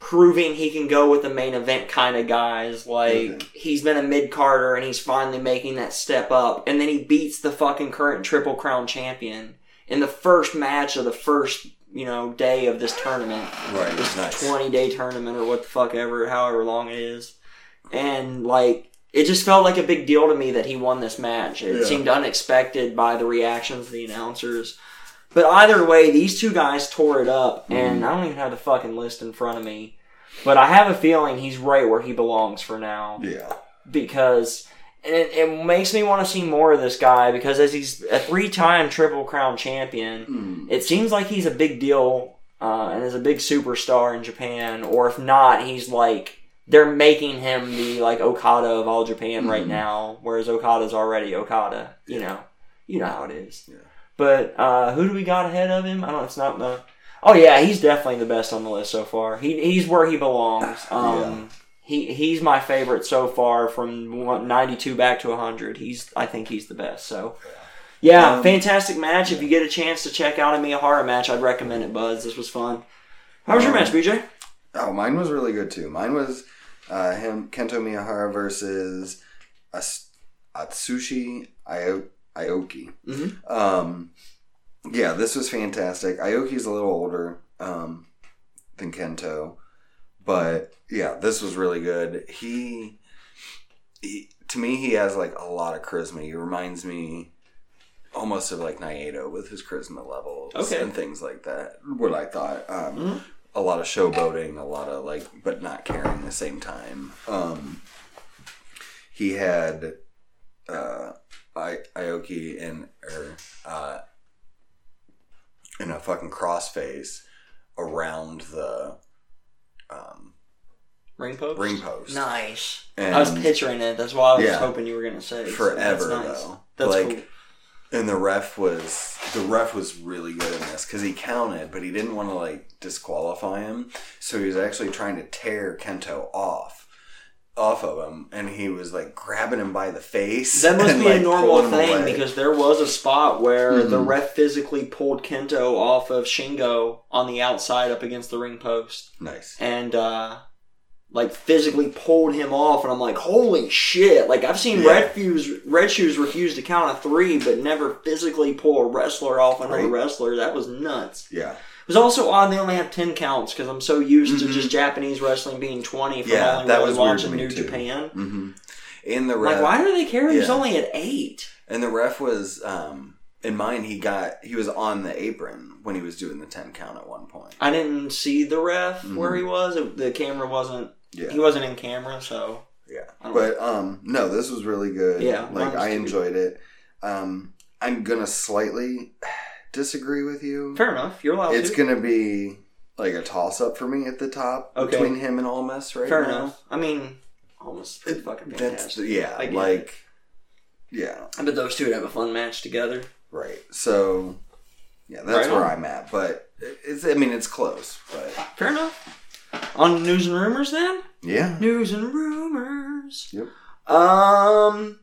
proving he can go with the main event kind of guys. Like
Okay.
he's been a mid carder and he's finally making that step up, and then he beats the fucking current Triple Crown champion in the first match of the first you know day of this tournament
Right.
this
nice.
20 day tournament or what the fuck ever, however long it is. And like, it just felt like a big deal to me that he won this match. It
Yeah.
seemed unexpected by the reactions of the announcers. But either way, these two guys tore it up, and
Mm-hmm.
I don't even have the fucking list in front of me. But I have a feeling he's right where he belongs for now
Yeah.
because and it, it makes me want to see more of this guy because as he's a three time Triple Crown champion,
Mm.
it seems like he's a big deal uh, and is a big superstar in Japan, or if not, he's like they're making him the like Okada of all Japan right
Mhm.
now, whereas Okada's already Okada. You know, you know how it is.
Yeah.
But uh, who do we got ahead of him? I don't. It's not the. Oh yeah, he's definitely the best on the list so far. He he's where he belongs. Um, He, he's my favorite so far from one- 92 back to 100. He's I think he's the best. So yeah,
Um,
fantastic match. If you get a chance to check out a Miyahara match, I'd recommend it, Buzz. This was fun. How was your
Um,
match, BJ?
Oh, mine was really good too. Mine was uh, him Kento Miyahara versus As- Atsushi Io- Aoki.
Mhm.
Um, yeah, this was fantastic. Aoki's a little older um, than Kento, but yeah, this was really good. He, he, to me, he has like a lot of charisma. He reminds me almost of like Naito with his charisma levels
Okay.
and things like that. What I thought, um,
Mhm.
a lot of showboating, a lot of like, but not caring at the same time. Um, he had uh, I- Aoki and or uh, in a fucking crossface around the um,
Ring post.
ring post.
Nice.
And,
I was picturing it. That's why I was
Yeah.
hoping you were gonna say so
Forever,
that's nice.
though.
That's
Like,
cool.
and the ref was the ref was really good in this because he counted, but he didn't want to like disqualify him, so he was actually trying to tear Kento off off of him, and he was like grabbing him by the face.
That
<laughs>
must
and,
be
like,
a normal
pulling him
thing
away.
because there was a spot where the
Mhm.
ref physically pulled Kento off of Shingo on the outside up against the ring post
nice.
and uh like physically pulled him off and I'm like, holy shit. Like I've seen
Yeah.
red fuse red shoes refuse to count a three but never physically pull a wrestler off another
Right.
wrestler. That was nuts.
Yeah,
It was also odd they only have ten counts because I'm so used
Mhm.
to just Japanese wrestling being twenty from
Yeah,
only
that
really
was weird to
watching
me,
New
too.
Japan.
mm-hmm. and the
I'm
ref
Like why do they carry these
Yeah.
only at eight?
and the ref was um, in mine. He got he was on the apron when he was doing the ten count at one point.
I didn't see the ref where
Mhm.
he was. It- The camera wasn't.
Yeah,
He wasn't in camera, so
Yeah.
I don't
But um no, this was really good.
Yeah, mine
Like
was
I
too.
enjoyed it. Um I'm gonna slightly <sighs> disagree with you.
fair enough. You're allowed
It's
to.
gonna be like a toss up for me at the top
Okay.
between him and Almas right
fair
now.
enough. I mean, almost pretty
It-
fucking
That's
fantastic.
yeah,
I get
like
it.
yeah,
I bet those two would have a fun match together.
right. So yeah, that's
Right
where
on.
I'm at. But it's I mean it's close, but
Fair enough. On news and rumors, then
yeah.
news and rumors.
Yep.
Um.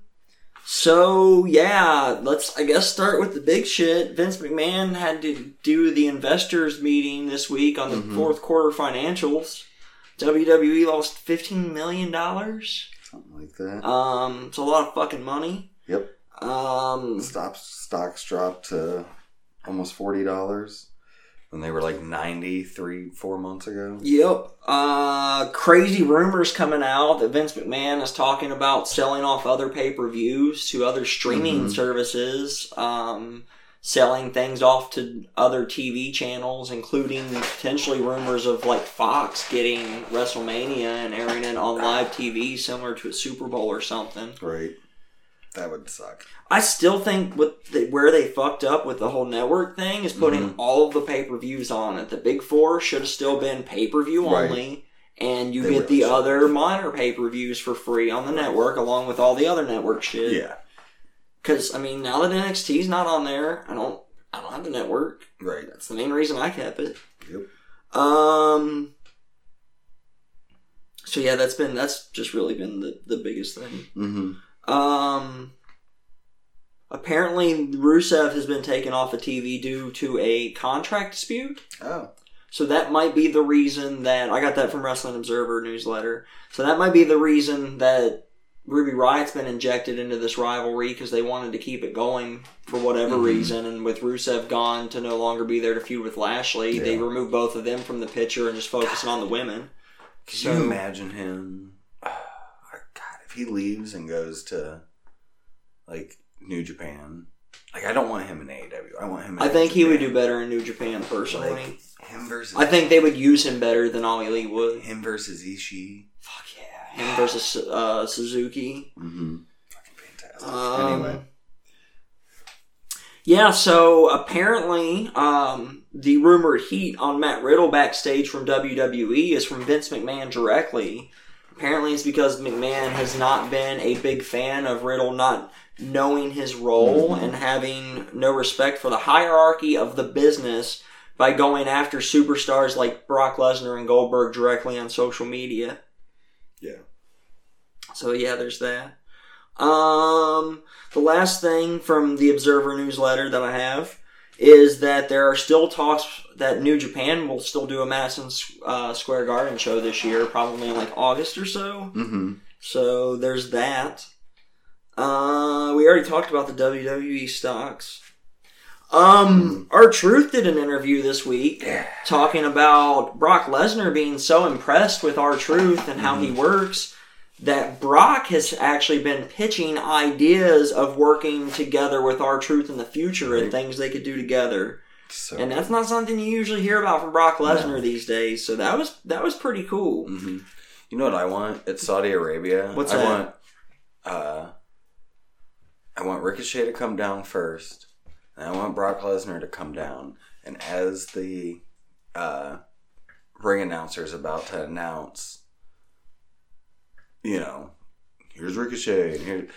So yeah, let's I guess start with the big shit. Vince McMahon had to do the investors meeting this week on the
Mhm.
fourth quarter financials. WWE lost fifteen million dollars.
Something like that.
Um, it's a lot of fucking money.
Yep.
Um,
Stop stocks dropped to almost forty dollars. When they were like ninety three, four months ago.
Yep. Uh, crazy rumors coming out that Vince McMahon is talking about selling off other pay per views to other streaming
Mhm.
services, um, selling things off to other TV channels, including potentially rumors of like Fox getting WrestleMania and airing it on live TV, similar to a Super Bowl or something.
Right. That would suck.
I still think what the, where they fucked up with the whole network thing is putting
Mhm.
all of the pay per views on it. The big four should have still been pay per view
Right.
only, and you
They
get the
really should.
other minor pay per views for free on the network along with all the other network shit. Because I mean, now that NXT's not on there, I don't, I don't have the network.
Right.
That's the main reason I kept it.
Yep.
Um. So yeah, that's been that's just really been the the biggest thing.
Mm-hmm.
Um. Apparently, Rusev has been taken off of TV due to a contract dispute.
Oh.
So that might be the reason that I got that from Wrestling Observer newsletter. So that might be the reason that Ruby Riot's been injected into this rivalry because they wanted to keep it going for whatever
Mhm.
reason. And with Rusev gone to no longer be there to feud with Lashley, they
Yeah.
removed both of them from the picture and just focusing on the women.
Could
So-
you imagine him? <sighs> Oh, God, if he leaves and goes to like New Japan, like I don't want him in AEW. I want him. In
I think he would do
Japan.
better in New Japan personally.
Like, him versus.
I think they would use him better than Ollie Lee would.
him versus Ishii.
Fuck
<sighs>
yeah. Him versus uh, Suzuki.
Mm-hmm. Fucking fantastic.
Um,
anyway,
Yeah, so apparently um, the rumored heat on Matt Riddle backstage from WWE is from Vince McMahon directly. Apparently it's because McMahon has not been a big fan of Riddle not knowing his role
Mhm.
and having no respect for the hierarchy of the business by going after superstars like Brock Lesnar and Goldberg directly on social media.
Yeah.
So yeah, there's that. Um, the last thing from the Observer newsletter that I have is that there are still talks that New Japan will still do a Madison uh, Square Garden show this year, probably in like August or so.
mm-hmm.
So there's that. Uh, we already talked about the WWE E stocks. Um, our truth did an interview this week
Yeah.
talking about Brock Lesnar being so impressed with our truth and how he works that Brock has actually been pitching ideas of working together with our truth in the future and
Right.
things they could do together.
So,
And that's not something you usually hear about from Brock Lesnar these days. So that was that was pretty cool.
hmm you know what I want? It's Saudi Arabia.
What's
I
that?
want? Uh, I want Ricochet to come down first, and I want Brock Lesnar to come down. And as the uh, ring announcer is about to announce, you know, here's Ricochet, and here.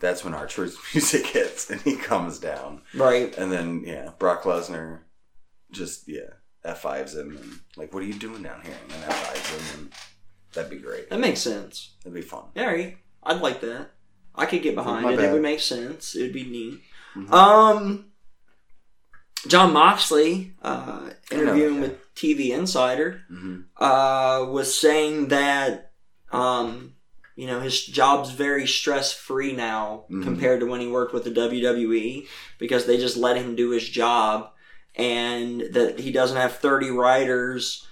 That's when our truth <laughs> music hits, and he comes down.
Right.
And then yeah, Brock Lesnar just yeah f fives him and like, what are you doing down here? And then f fives him. And that'd be great.
That makes sense.
That'd be fun.
All right. I'd like that. I could get behind
My
it. It
bad.
would make sense. It'd be neat.
Mhm.
Um John Moxley, uh,
I know
interviewing
that guy.
with TV Insider,
hmm
uh, was saying that um, you know his job's very stress free now
Mhm.
compared to when he worked with the WWE because they just let him do his job and that he doesn't have 30 writers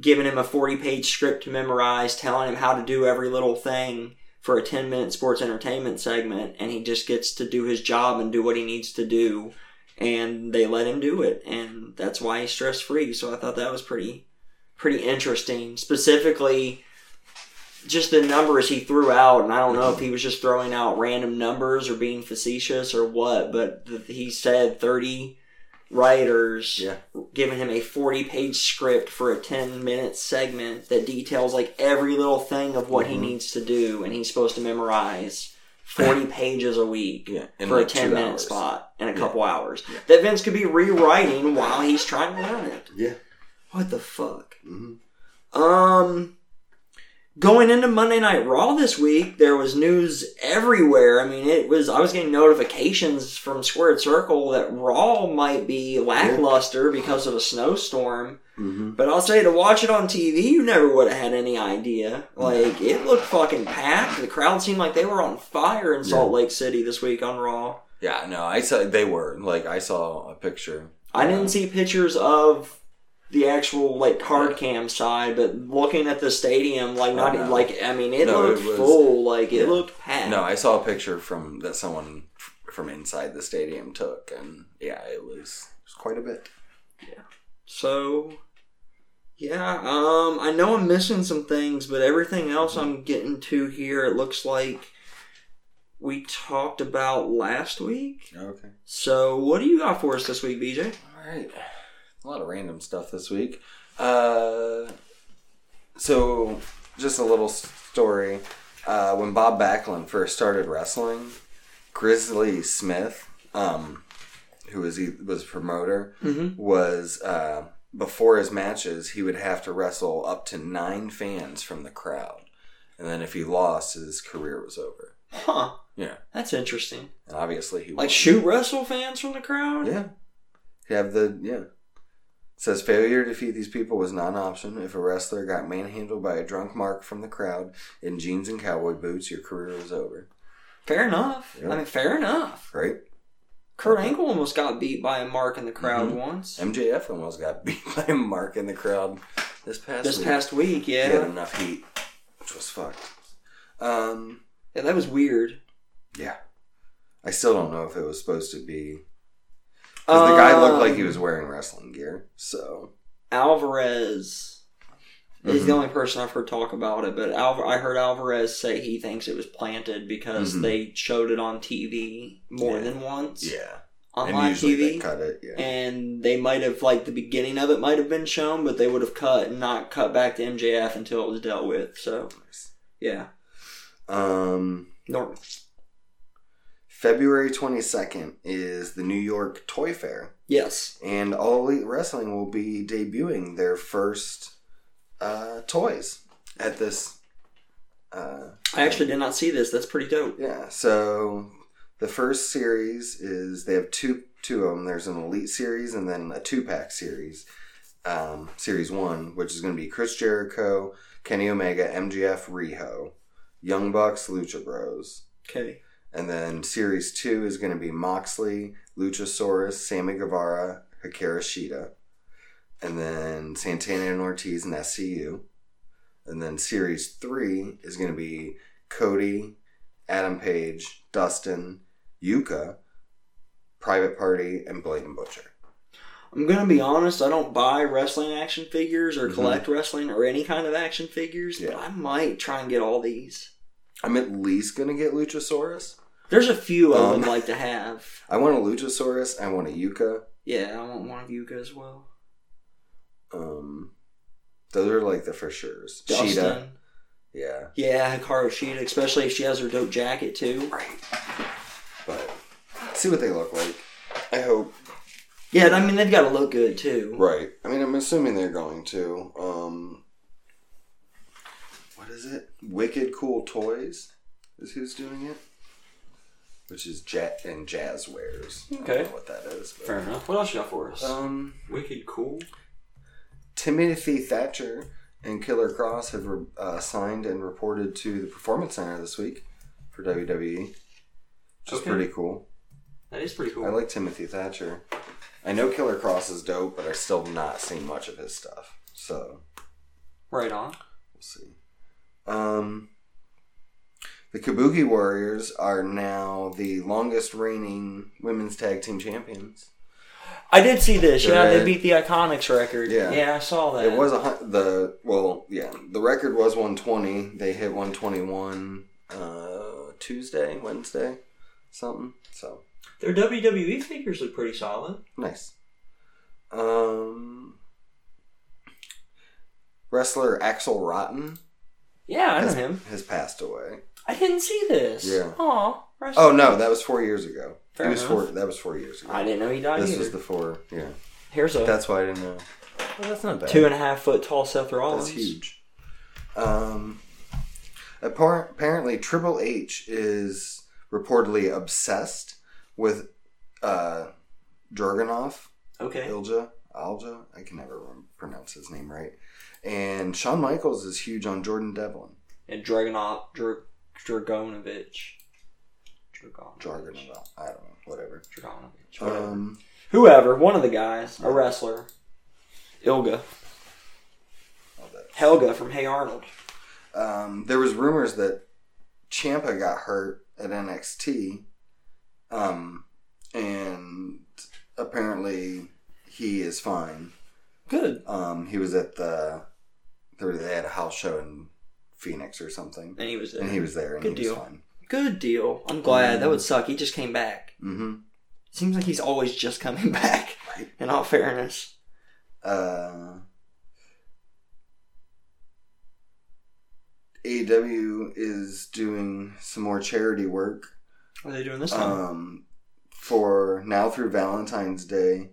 giving him a 40 page script to memorize telling him how to do every little thing for a 10 minute sports entertainment segment and he just gets to do his job and do what he needs to do and they let him do it and that's why he's stress free so i thought that was pretty pretty interesting specifically just the numbers he threw out and i don't know if he was just throwing out random numbers or being facetious or what but th- he said 30 writers
Yeah.
giving him a 40 page script for a 10 minute segment that details like every little thing of what
Mhm.
he needs to do and he's supposed to memorize 40 pages a week
Yeah. In
for
like
a
two
10 minute
hours.
spot in a
Yeah.
couple hours
Yeah.
that Vince could be rewriting while he's trying to learn it.
Yeah.
What the fuck?
hmm
Um, going into Monday Night Raw this week, there was news everywhere. I mean, it was I was getting notifications from Squared Circle that Raw might be lackluster because of a snowstorm.
hmm
But I'll say to watch it on TV, you never would have had any idea. Like it looked fucking packed. The crowd seemed like they were on fire in Salt Lake City this week on Raw.
Yeah. No, I saw they were like I saw a picture.
I didn't see pictures of the actual like hard cam side, but looking at the stadium, like not
Oh, no.
like I mean, it
No,
looked
it was-
full, like it
yeah.
looked packed.
No, I saw a picture from that someone f- from inside the stadium took, and yeah, it was it was quite a bit.
So yeah, um, I know I'm missing some things, but everything else I'm getting to here, it looks like we talked about last week.
Okay.
So what do you got for us this week, BJ?
All right. A lot of random stuff this week. Uh, so, just a little story. Uh, when Bob Backlund first started wrestling, Grizzly Smith, um, who was he was a promoter,
Mm-hmm.
was uh, before his matches he would have to wrestle up to nine fans from the crowd, and then if he lost, his career was over.
Huh.
Yeah.
That's interesting.
And obviously, he
Like
won.
shoot wrestle fans from the crowd.
Yeah. You have the yeah. It says failure to defeat these people was not an option. If a wrestler got manhandled by a drunk mark from the crowd in jeans and cowboy boots, your career was over.
Fair enough.
Yeah.
I mean, fair enough.
Right?
Kurt Angle almost got beat by a mark in the crowd
Mm-hmm.
once.
MJF almost got <laughs> beat by a mark in the crowd this past
This
week.
past week,
He
yeah.
had
yeah.
enough heat, which was fucked. Um,
that was weird.
yeah. I still don't know if it was supposed to be. 'cause the guy looked like he
Um,
was wearing wrestling gear, so.
Alvarez is
Mhm.
the only person I've heard talk about it, but Alv- I heard Alvarez say he thinks it was planted because
Mhm.
they showed it on TV more
Yeah.
than once
Yeah.
on
and
live
usually they
TV.
cut it, yeah.
And they might have, like, the beginning of it might have been shown, but they would have cut and not cut back to MJF until it was dealt with. So, yeah.
Um.
Norm.
February 22nd is the New York Toy Fair,
Yes.
and All Elite Wrestling will be debuting their first uh, toys at this. Uh,
I actually did not see this. That's pretty dope.
yeah, so the first series is they have two two of them. There's an Elite series and then a two pack series. Um, series one, which is going to be Chris Jericho, Kenny Omega, MGF, Riho, Young Bucks, Lucha Bros.
Okay.
And then series two is going to be Moxley, Luchasaurus, Sammy Guevara, Hikaru Shida, and then Santana and Ortiz and SCU. And then series three is going to be Cody, Adam Page, Dustin, Yuka, Private Party, and Blade and Butcher.
I'm gonna be honest. I don't buy wrestling action figures or
Mhm.
collect wrestling or any kind of action figures,
Yeah.
but I might try and get all these.
I'm at least going to get Luchasaurus.
There's a few I
Um.
would like to have.
I want a Luchasaurus. I want a Yuka.
Yeah, I want one of Yuka as well.
Um, those are like the for sure's.
Dustin.
Shida. Yeah.
Yeah, Hikaru Shida, especially if she has her dope jacket too.
Right. But see what they look like. I hope.
Yeah, I mean they've got to look good too.
Right. I mean, I'm assuming they're going to. Um, what is it? Wicked Cool Toys is who's doing it, which is Jet and Jazzwares. I
Okay.
don't know what that is. but-
Fair enough. What else you got for us?
Um,
Wicked cool.
Timothy Thatcher and Killer Cross have uh, signed and reported to the Performance Center this week for WWE, which is
Okay.
pretty cool.
That is pretty cool.
I like Timothy Thatcher. I know Killer Cross is dope, but I still have not seen much of his stuff. So
right on.
we'll see. Um, the Kabuki Warriors are now the longest reigning women's tag team champions.
I did see this. Yeah,
Right.
they beat the Iconics record.
Yeah.
yeah, I saw that.
It was a hun- the well, yeah. The record was 120. They hit 121 uh, Tuesday, Wednesday, something. So
Their WWE figures look pretty solid.
Nice. Um, wrestler Axel Rotten
Yeah, I know
has,
him.
has passed away.
I didn't see this.
Yeah.
Aw.
Oh no, that was four years ago.
Fair
it was
enough.
four. That was four years ago.
I didn't know he died
this
either.
was the four. Yeah,
Here's a
that's why I didn't know. Well, that's not bad.
two and a half foot tall Seth Rollins.
That's huge. Um, appar- apparently Triple H is reportedly obsessed with uh, Jorgenov.
Okay.
Ilja, Alja, I can never rem- pronounce his name right. And Shawn Michaels is huge on Jordan Devlin.
And Dragonov, Dra- Dragonovich. Dragonovich.
Jargon, about, I don't know, whatever.
Dragonovich. Whatever.
Um,
Whoever, one of the guys, a wrestler. Ilga.
all that.
Helga from Hey Arnold.
um, there was rumors that Champa got hurt at NXT, um, and apparently he is fine.
Good.
Um, he was at the there- they had a house show in Phoenix or something,
And he was there.
and he was Mm. there and
Good
he was
deal.
fine.
Good deal. I'm glad. That would suck. He just came back.
hmm
Seems like he's always just coming <laughs> back,
Right.
in all fairness.
uh, AEW E is doing some more charity work
What are they doing this time?
um, for now through Valentine's Day.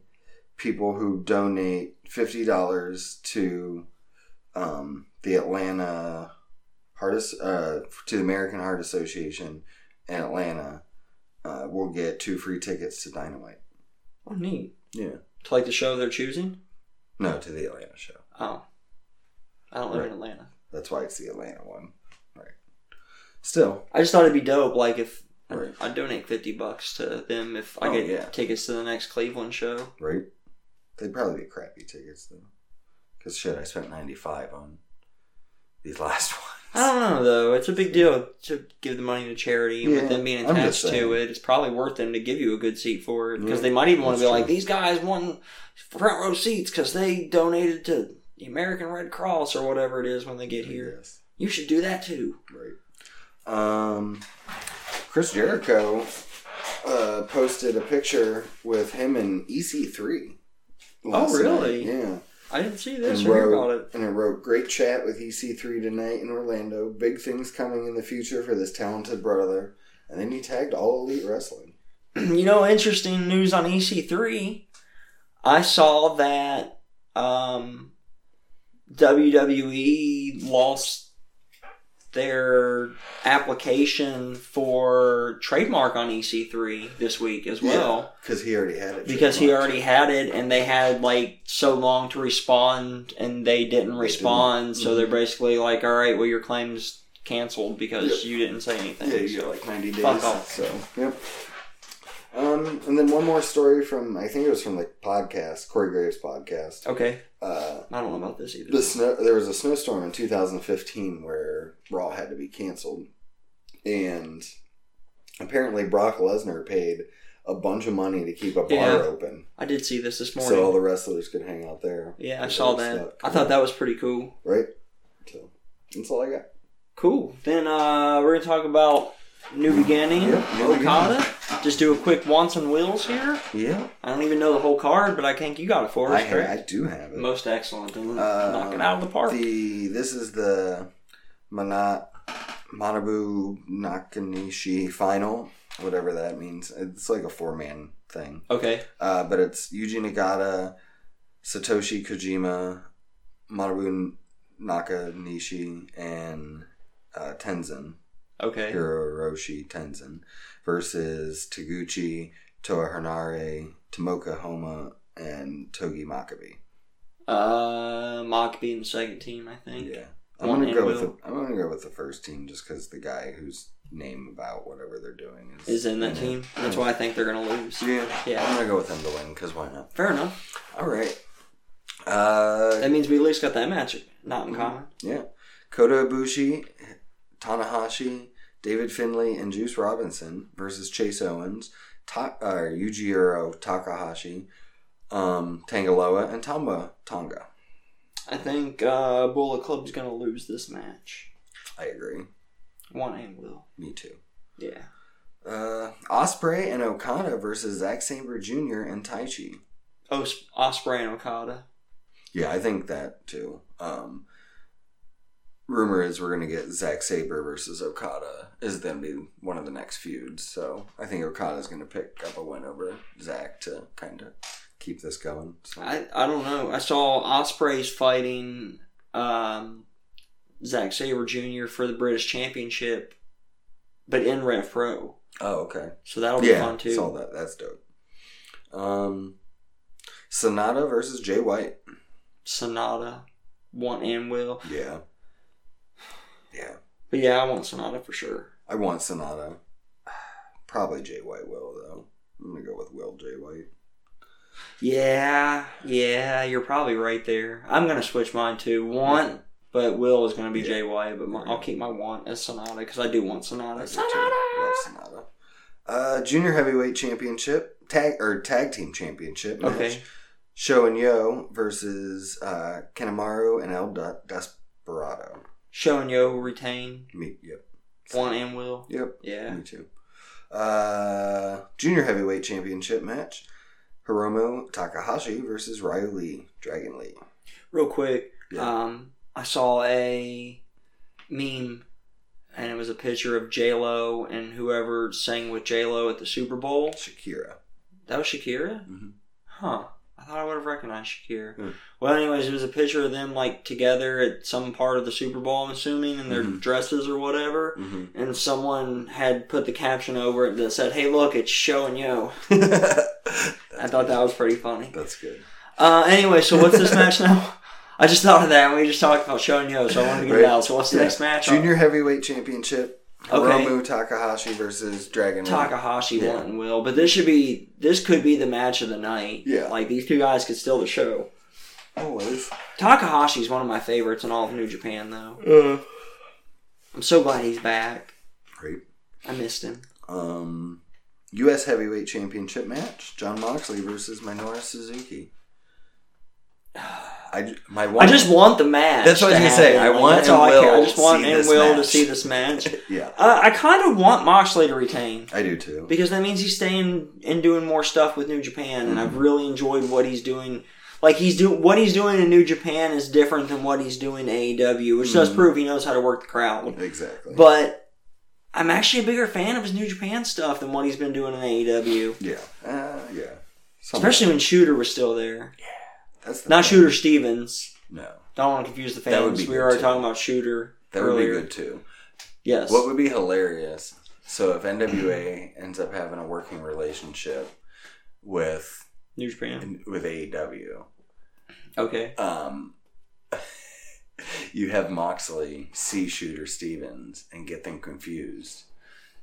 People who donate fifty dollars to um, the Atlanta Heart As- uh, to the American Heart Association in Atlanta uh, will get two free tickets to Dynamite.
oh, neat.
Yeah,
To like the show they're choosing?
no, to the Atlanta show.
Oh. I don't live
Right.
in Atlanta.
That's why it's the Atlanta one. Right. Still.
I just thought it'd be dope, like, if
Right.
I'd donate 50 bucks to them if I
Oh,
get
yeah.
tickets to the next Cleveland show.
Right. They'd probably be crappy tickets though. Cause shit, I spent ninety five on these <laughs> last
I
ones.
don't know, though. It's a big deal to give the money to charity, and
Yeah,
with them being
I'm just
attached to
saying.
it, it's probably worth them to give you a good seat for it because
Yeah,
they might even want to
that's
be like,
true.
these guys won front row seats because they donated to the American Red Cross or whatever it is when they get here.
Yes.
You should do that too.
Right. Um, Chris Jericho uh, posted a picture with him and EC3. last
Oh, really?
night. Yeah.
I didn't see this
and
or hear
wrote,
about it.
And I wrote, great chat with EC3 tonight in Orlando. Big things coming in the future for this talented brother. And then he tagged All Elite Wrestling.
<clears throat> you know, interesting news on EC3. I saw that um, WWE lost their application for trademark on EC3 this week as well
Because he already had it.
because he
trademarked.
already had it and they had like so long to respond and they didn't respond. So they're basically like, all right, well, your claim's canceled because you didn't say anything.
Yeah, you
So-
got like 90 days.
Fuck off.
So, yep. Um, and then one more story from I think it was from the podcast Corey Graves podcast.
Okay.
Uh,
I don't know about this either.
the snow, there was a snowstorm in 2015 where Raw had to be canceled, and apparently Brock Lesnar paid a bunch of money to keep a bar
Yeah.
open
I did see this this morning.
so all the wrestlers could hang out there,
yeah, I saw that.
Stuck.
I thought that was pretty cool.
right? So that's all I got.
Cool. Then uh, we're gonna talk about New Beginning,
Yep, New
Okada. Just do a quick once and wheels here.
Yeah,
I don't even know the whole card, but I think you got it for us,
I, ha-
correct?
I do have it.
Most excellent. Then
Uh,
knock it out of the park.
The this is the Mana Manabu Nakanishi final, whatever that means. It's like a four man thing,
okay.
uh, but it's Yuji Nagata, Satoshi Kojima, Manabu Nakanishi, and uh, Tenzin
Okay.
Hiroshi Tenzin versus Taguchi, Toa Hanare, Tomoka Homa, and Togi Makabe.
Uh, Mock being the second team, I think.
Yeah, I'm
One
gonna
and
go with
Will.
the, I'm gonna go with the first team just because the guy whose name about whatever they're doing is
Is in that team. That's why I think they're gonna lose.
Yeah,
Yeah.
I'm gonna go with him to win because why not?
Fair enough.
All right. Uh,
That means we at least got that match not
Mm-hmm.
in common.
yeah, Kota Ibushi, Tanahashi, David Finlay, and Juice Robinson versus Chase Owens, Ta- uh, Yujiro Takahashi, um, Tangaloa, and Tamba Tonga.
I think uh, Bullet Club's gonna lose this match.
I agree.
One and will.
Me too.
Yeah.
Uh, Osprey and Okada versus Zack Saber Jr. and Taichi.
Os- Osprey and Okada.
Yeah, I think that too. Um, rumor is we're gonna get Zack Saber versus Okada is gonna be one of the next feuds. So I think Okada's gonna pick up a win over Zack to kind of keep this going. So,
I, I don't know. I saw Ospreys fighting um, Zack Saber Jr. for the British Championship, but in Ref Pro.
oh, okay.
So that'll be
yeah,
fun too.
saw that. That's dope. Um, Sonata versus Jay White.
Sonata, want and will.
Yeah, yeah.
But yeah, I want Sonata for sure.
I want Sonata. <sighs> Probably Jay White will though. I'm gonna go with Will Jay White.
Yeah, yeah, you're probably right there. I'm gonna switch mine to want, but will is gonna be Jay White. But my, I'll keep my want as Sonata because I do want Sonata. Sonata.
Love Sonata. Uh, junior heavyweight championship tag or tag team championship match.
Okay.
Sho and Yo versus uh, Kanemaru and El De- Desperado.
Show and Yo retain
Me, yep,
want and will.
yep.
Yeah.
Me too. Uh, junior heavyweight championship match. Hiromu Takahashi versus Ryu Lee, Dragon Lee.
Real quick,
Yeah.
um, I saw a meme, and it was a picture of J Lo and whoever sang with J Lo at the Super Bowl.
Shakira.
That was Shakira?
Mhm.
Huh. I thought I would have recognized Shakira.
Hmm.
Well, anyways, it was a picture of them like together at some part of the Super Bowl, I'm assuming, in their
Mhm.
dresses or whatever.
Mm-hmm. <laughs>
And someone had put the caption over it that said, "Hey, look, it's Show and Yo." I thought that was pretty funny.
That's good.
Uh, anyway, so
<laughs>
what's this match now? I just thought of that. and We just talked about Show and Yo, so I wanted to get it
Right.
out. So what's the
Yeah.
next match?
Junior heavyweight championship.
Okay.
Hiromu Takahashi versus Dragon Lee.
Takahashi
Yeah.
won and will, but this should be this could be the match of the night.
Yeah.
like these two guys could steal the show.
Always.
Takahashi's one of my favorites in all of New Japan, though. I'm so glad he's back.
Great.
I missed him.
Um, U.S. Heavyweight Championship match: John Moxley versus Minoru Suzuki. I my one.
I just want the match.
That's what
to
I was gonna say.
happen.
I want
that's
and
all I care. I
will
just want
see
and
this
will to
match.
see
<laughs>
this match.
yeah,
uh, I kind of want Moxley to retain
I do too.
because that means he's staying and doing more stuff with New Japan, and
Mm-hmm.
I've really enjoyed what he's doing. Like he's doing what he's doing in New Japan is different than what he's doing in AEW, which does prove he knows how to work the crowd.
Mm-hmm. Exactly.
But I'm actually a bigger fan of his New Japan stuff than what he's been doing in AEW.
yeah, uh, yeah. Some-
Especially when Shooter was still there.
that's the
Not
thing.
Shooter Stevens.
No,
Don't want to confuse the fans.
That would be
we
good,
were already
too.
talking about Shooter
that
earlier.
would be good too.
Yes. Mm-hmm.
What would be hilarious? So if NWA ends up having a working relationship with
New
<laughs>
Japan.
with E AEW,
Okay.
um, <laughs> you have Moxley see Shooter Stevens and get them confused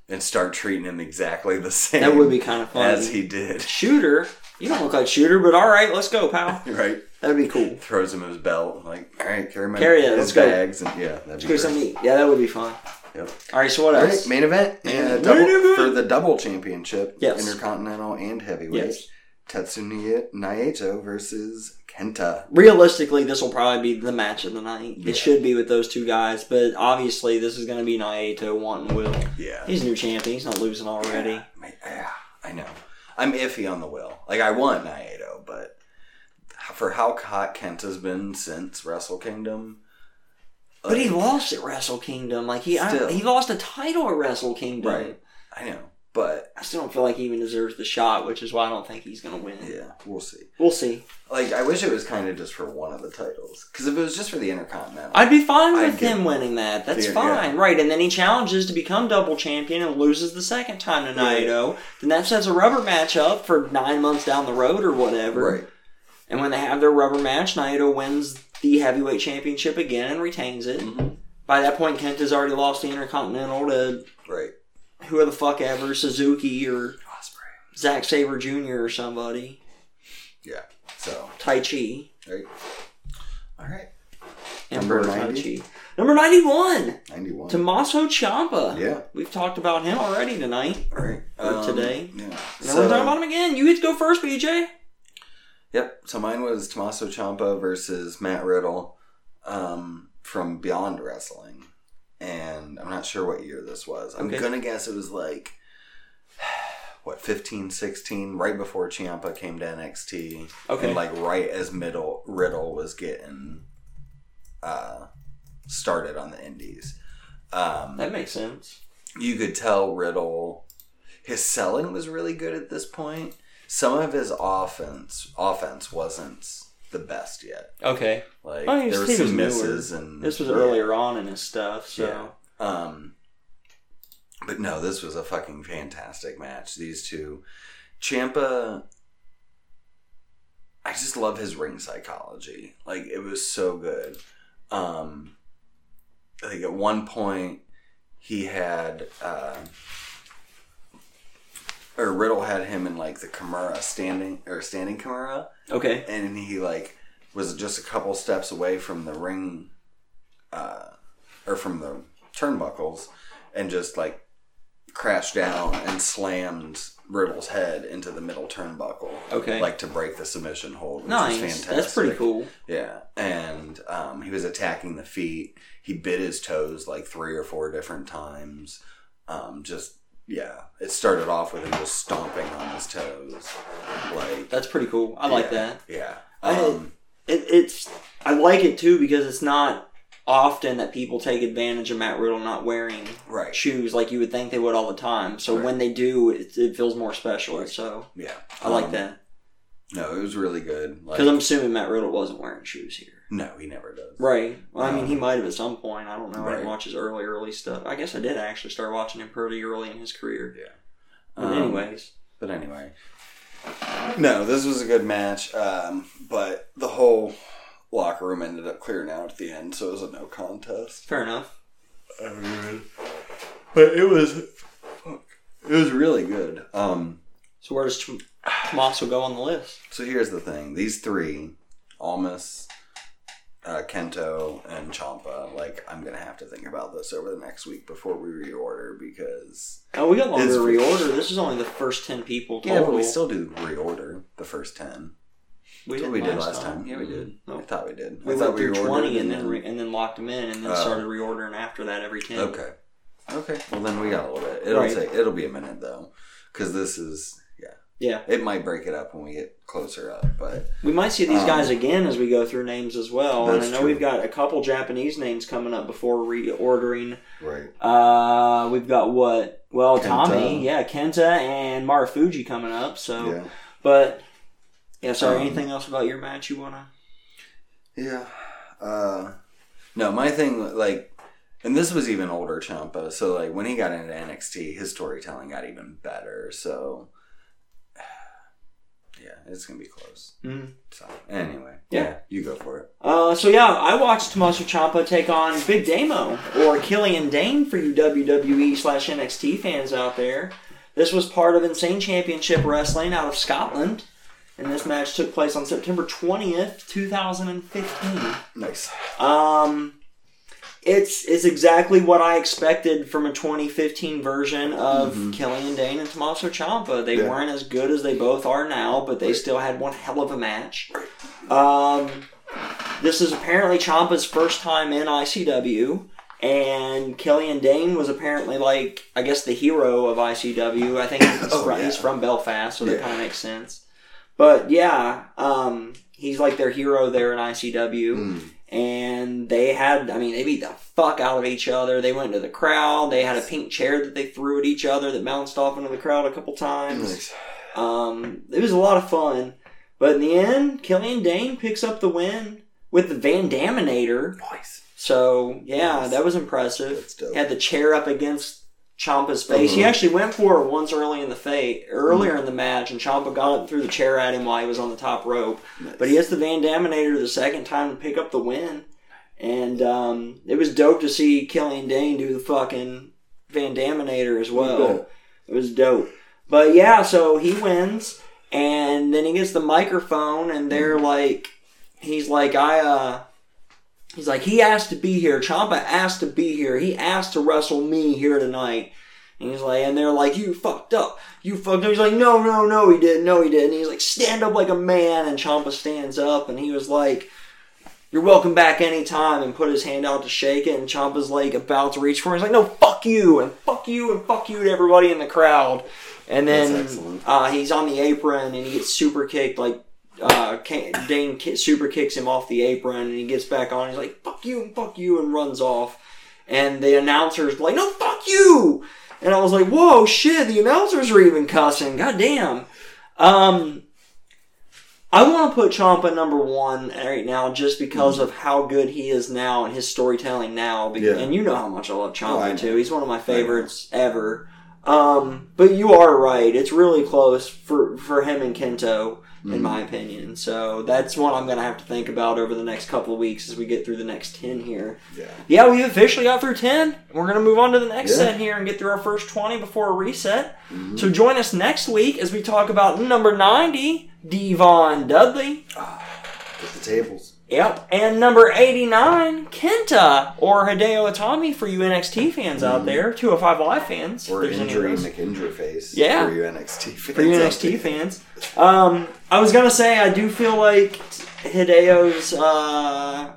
and start treating him exactly the same
That would be kind of fun.
as he did. <laughs>
Shooter, you don't look like Shooter, but all right, let's go, pal.
Right?
That'd be cool.
Throws him his belt, like, all right, carry my
Carry
his
it, let's go.
bags, and yeah, that'd
Let's
be
go
great.
something. to eat. Yeah, that would be fun.
Yep.
All right, so what
All
else?
right, main event
Main
and
event.
double,
Main event.
for the double championship,
Yes.
intercontinental and heavyweight.
Yes.
Tetsuya Naito versus Kenta.
Realistically, this will probably be the match of the night.
Yeah.
It should be with those two guys, but obviously, this is going to be Naito wanting Will.
Yeah.
He's new champion. He's not losing already.
Yeah, yeah, I know. I'm iffy on the will. Like I want Naito, but for how hot Kent has been since Wrestle Kingdom,
But he lost at Wrestle Kingdom. Like he,
Still.
I, he lost a title at Wrestle Kingdom.
Right. I know, but
I still don't feel like he even deserves the shot, which is why I don't think he's going to win.
yeah, we'll see.
We'll see.
Like I wish it was kind of just for one of the titles, because if it was just for the Intercontinental,
I'd be fine with
I'd give-
him winning that. That's
Yeah, yeah.
fine, right? And then he challenges to become double champion and loses the second time to Naito. Then that sets a rubber match up for nine months down the road or whatever.
right?
And when they have their rubber match, Naito wins the heavyweight championship again and retains it.
Mhm.
By that point, Kent has already lost the Intercontinental to
Right.
whoever the fuck ever, Suzuki or
Osprey.
Zack Saber Jr. or somebody,
Yeah. So
Tai Chi.
right. All right.
Emperor
Number
Tai
90?
Chi. Number ninety-one,
Ninety-one.
Tommaso Ciampa.
yeah.
We've talked about him already tonight.
All right. Um,
For today?
Yeah.
And we're talking about him again. You get to go first, BJ.
Yep. So mine was Tommaso Ciampa versus Matt Riddle um, from Beyond Wrestling, and I'm not sure what year this was. I'm
Okay.
gonna guess it was like <sighs> what 15, 16, right before Ciampa came to NXT,
Okay.
and like right as Middle Riddle was getting uh, started on the Indies. Um,
That makes sense.
you could tell Riddle his selling was really good at this point. Some of his offense offense wasn't the best yet.
Okay.
Like
Oh, he was-
there were
he was
some
newer.
misses and
This was earlier on in his stuff, so
Yeah. Um but no, this was a fucking fantastic match. These two Champa I just love his ring psychology. Like it was so good. Um I think at one point he had uh, or Riddle had him in like the Kimura standing or standing Kimura
okay.
and he like was just a couple steps away from the ring uh or from the turnbuckles and just like crashed down and slammed Riddle's head into the middle turnbuckle.
Okay.
Like to break the submission hold. Which was
Nice.
fantastic.
That's pretty cool.
Yeah. And um, he was attacking the feet. He bit his toes like three or four different times. Um, just, yeah. It started off with him just stomping on his toes. Like,
That's pretty cool. I like
Yeah.
that.
yeah.
I-
Um,
It, it's I like it too because it's not often that people take advantage of Matt Riddle not wearing
right.
shoes like you would think they would all the time. So
Right.
when they do, it, it feels more special. So
Yeah.
I like
Um,
that
No, it was really good. Like,
because I'm assuming Matt Riddle wasn't wearing shoes here.
no, he never does.
Right. Well, I mean,
Um,
he might have at some point. I don't know. I
Right.
didn't watch his early, early stuff. I guess I did actually start watching him pretty early in his career.
Yeah.
But
Um,
anyways,
But anyway, no, this was a good match. Um, but the whole locker room ended up clearing out at the end, so it was a no contest.
fair enough.
Oh, But it was, it was really good. Um,
So where does Tom- Tommaso go on the list?
so here's the thing: these three, Almas, uh, Kento, and Champa. Like, I'm gonna have to think about this over the next week before we reorder because
Oh, we got longer
It's-
to reorder. This is only the first ten people
yeah,
total.
but we still do reorder the first ten.
we,
That's
didn't
what we did last time. Yeah, we did. I
Nope.
thought we did.
Oh. We
I
went
thought
through
reordered
twenty and then re- and then locked them in and then
Oh.
started reordering after that every ten.
Okay. Okay. Well, then we got a little bit. It'll
Right.
take. It'll be a minute though, because this is. Yeah.
Yeah.
It might break it up when we get closer up, but
We might see these
Um,
guys again as we go through names as well. And I
That's
know
true.
we've got a couple Japanese names coming up before reordering
right.
Uh, we've got what? Well,
Kenta.
Tommy, yeah, Kenta and Marufuji coming up. So,
Yeah.
but yeah, sorry.
Um,
anything else about your match you wanna?
Yeah. Uh, no, my thing like, and this was even older Champa. So like when he got into NXT, his storytelling got even better. So <sighs> Yeah, it's gonna be close.
Mhm.
So anyway,
Yeah.
you go for it.
Uh, so yeah, I watched Tommaso Ciampa take on Big Damo or Killian Dane for you WWE slash NXT fans out there. This was part of Insane Championship Wrestling out of Scotland, and this match took place on September twentieth, two thousand and fifteen.
Nice.
Um, it's it's exactly what I expected from a 2015 version of Killian Dane and Tommaso Ciampa. They
Mm-hmm. Yeah.
weren't as good as they both are now, but they still had one hell of a match. Um, this is apparently Ciampa's first time in ICW. And Killian Dane was apparently like, I guess, the hero of ICW. I think
<coughs>
he's,
Oh,
fr-
yeah.
he's from Belfast, so that
Yeah.
kind of makes sense. But yeah, um, he's like their hero there in ICW
Mm.
and they had i mean they beat the fuck out of each other they went to the crowd they had a pink chair that they threw at each other that bounced off into the crowd a couple times
Nice.
um, it was a lot of fun but in the end killian dane picks up the win with the van daminator
Nice.
so yeah
Nice.
that was impressive
That's dope.
had the chair up against Champa's face. He
Mhm.
actually went for it once early in the fight, earlier
Mm.
in the match, and Champa got it threw the chair at him while he was on the top rope.
Nice.
But he hits the Van Daminator the second time to pick up the win, and um, it was dope to see Killian Dane do the fucking Van Daminator as well. It was dope. But yeah, so he wins, and then he gets the microphone, and they're like, he's like, I, uh, he's like, he asked to be here. Champa asked to be here. He asked to wrestle me here tonight. And he's like, and they're like, you fucked up. You fucked up. He's like, no, no, no, he didn't. No, he didn't. He's like, stand up like a man. And Champa stands up, and he was like, you're welcome back anytime and put his hand out to shake it and Champa's like about to reach for him. He's like, no, fuck you and fuck you and fuck you to everybody in the crowd. And then
That's excellent.
uh, he's on the apron and he gets super kicked. Like uh, Kane- Dane ki- super kicks him off the apron and he gets back on. He's like, fuck you and fuck you and runs off. And the announcers like, no, fuck you. And I was like, whoa, shit, the announcers are even cussing. God damn. Um, I want to put Champa number one right now, just because of how good he is now and his storytelling now. Be-
Yeah.
And you know how much I love
Oh, I
Champa
know.
too. He's one of my favorites ever. Um, but you are right; it's really close for for him and Kento,
Mm-hmm.
in my opinion. So that's one I'm going to have to think about over the next couple of weeks as we get through the next ten here.
Yeah.
Yeah, we officially got through 10. We're going to move on to the next
Yeah. Mm-hmm.
set here and get through our first 20 before a reset. So join us next week as we talk about number 90, Devon Dudley.
With the tables.
Yep. And number 89, Kenta or Hideo Itami for you NXT fans out there, 205 Live fans. if
Mm-hmm. Or
there's any of
injury
those.
McIndra face.
Yeah.
For you NXT fans.
for you NXT fans. Um, I was gonna say I do feel like Hideo's uh,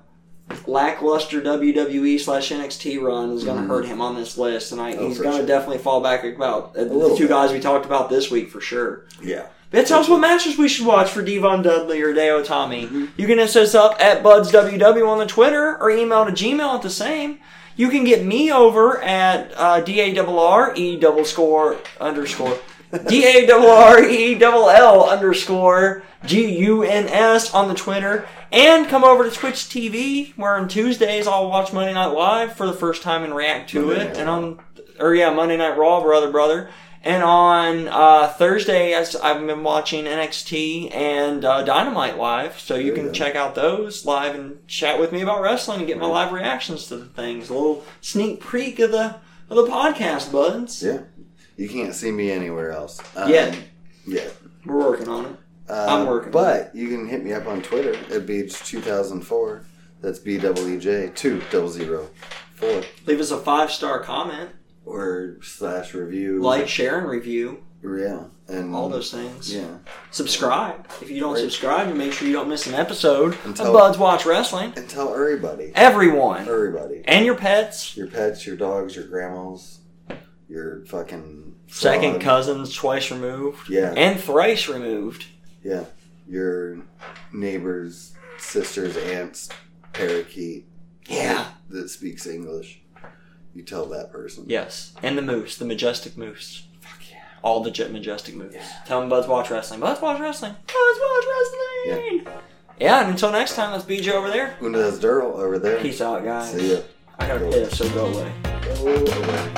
lackluster WWE slash NXT run is gonna hurt him on this list, and I,
Mm-hmm. Oh,
he's
for
gonna
sure.
definitely fall back about uh, the
little
two
bit.
guys we talked about this week for sure.
Yeah.
But tell us what matches we should watch for Devon Dudley or Hideo Tommy.
Mm-hmm.
You can hit us up at BudsWW on the Twitter or email to Gmail at the same. You can get me over at uh, D-A-R-R E double score
<laughs>
underscore D-A-R-R-E-double-L E underscore G-U-N-S on the Twitter. And come over to Twitch TV where on Tuesdays I'll watch Monday Night Live for the first time and react to
Monday
it.
Night
And on, or yeah, Monday Night Raw, brother, brother. And on uh, Thursday, as I've been watching NXT and uh, Dynamite live, so you
There you
can
go.
check out those live and chat with me about wrestling and get my live reactions to the things. A little sneak peek of the of the podcast, buds.
Yeah. You can't see me anywhere else. Um,
Yet.
Yeah.
We're working on it.
Uh,
I'm working.
But you can hit me up on Twitter at Beej2004. That's B double E J two double zero four
Leave us a five star comment,
or slash review
like, share, and review.
yeah and
All those things.
Mm. yeah
Subscribe if you don't
Right.
subscribe, you make sure you don't miss an episode
And
of
tell-
Buds Watch Wrestling.
and tell everybody
Everyone
everybody
and your pets,
your pets your dogs your grandmas your fucking
second
frog,
cousins twice removed
yeah
and thrice removed.
yeah your neighbors sisters aunts parakeet
Yeah.
that speaks English you tell that person
Yes. And the moose, the majestic moose.
Fuck yeah.
All the jet majestic moose. Tell them Buds Watch Wrestling. Buds Watch Wrestling. Buds Watch Wrestling. Yeah. and until next time, let's BJ over there.
Una that's Daryl over there
Peace out, guys.
see ya.
I gotta piss, so go away.
Go away.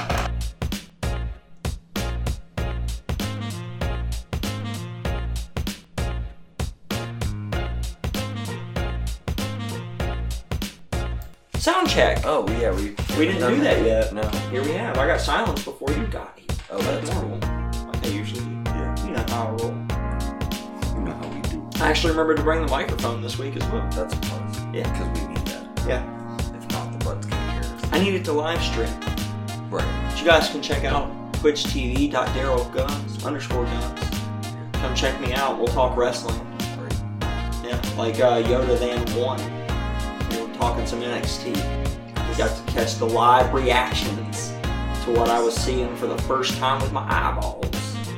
Sound check.
Oh yeah, we
We didn't do that yet.
No.
Here we have. I got silence before you got it.
Oh, that's
normal. I usually,
yeah.
you know how I roll.
You know how we do.
I actually remembered to bring the microphone this week as well.
That's plus.
Yeah.
Because we need that.
Yeah.
If not, the buds can hear us.
I needed to live stream.
Right.
But you guys can check out twitch.tv.darylguns underscore guns. Come check me out. We'll talk wrestling.
Right.
Yeah, like uh, Yoda Van One. We were talking some NXT. We got to catch the live reactions to what I was seeing for the first time with my eyeballs.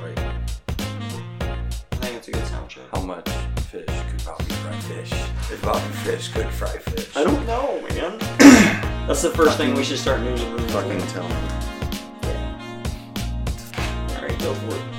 Right.
I think it's a good sound check.
How much fish could Bobby fry fish? If Bobby Fish could fry fish.
I don't know, <coughs> man. That's the first thing we should start news and rumors.
fucking
with.
tell him.
Yeah. All right, go for it.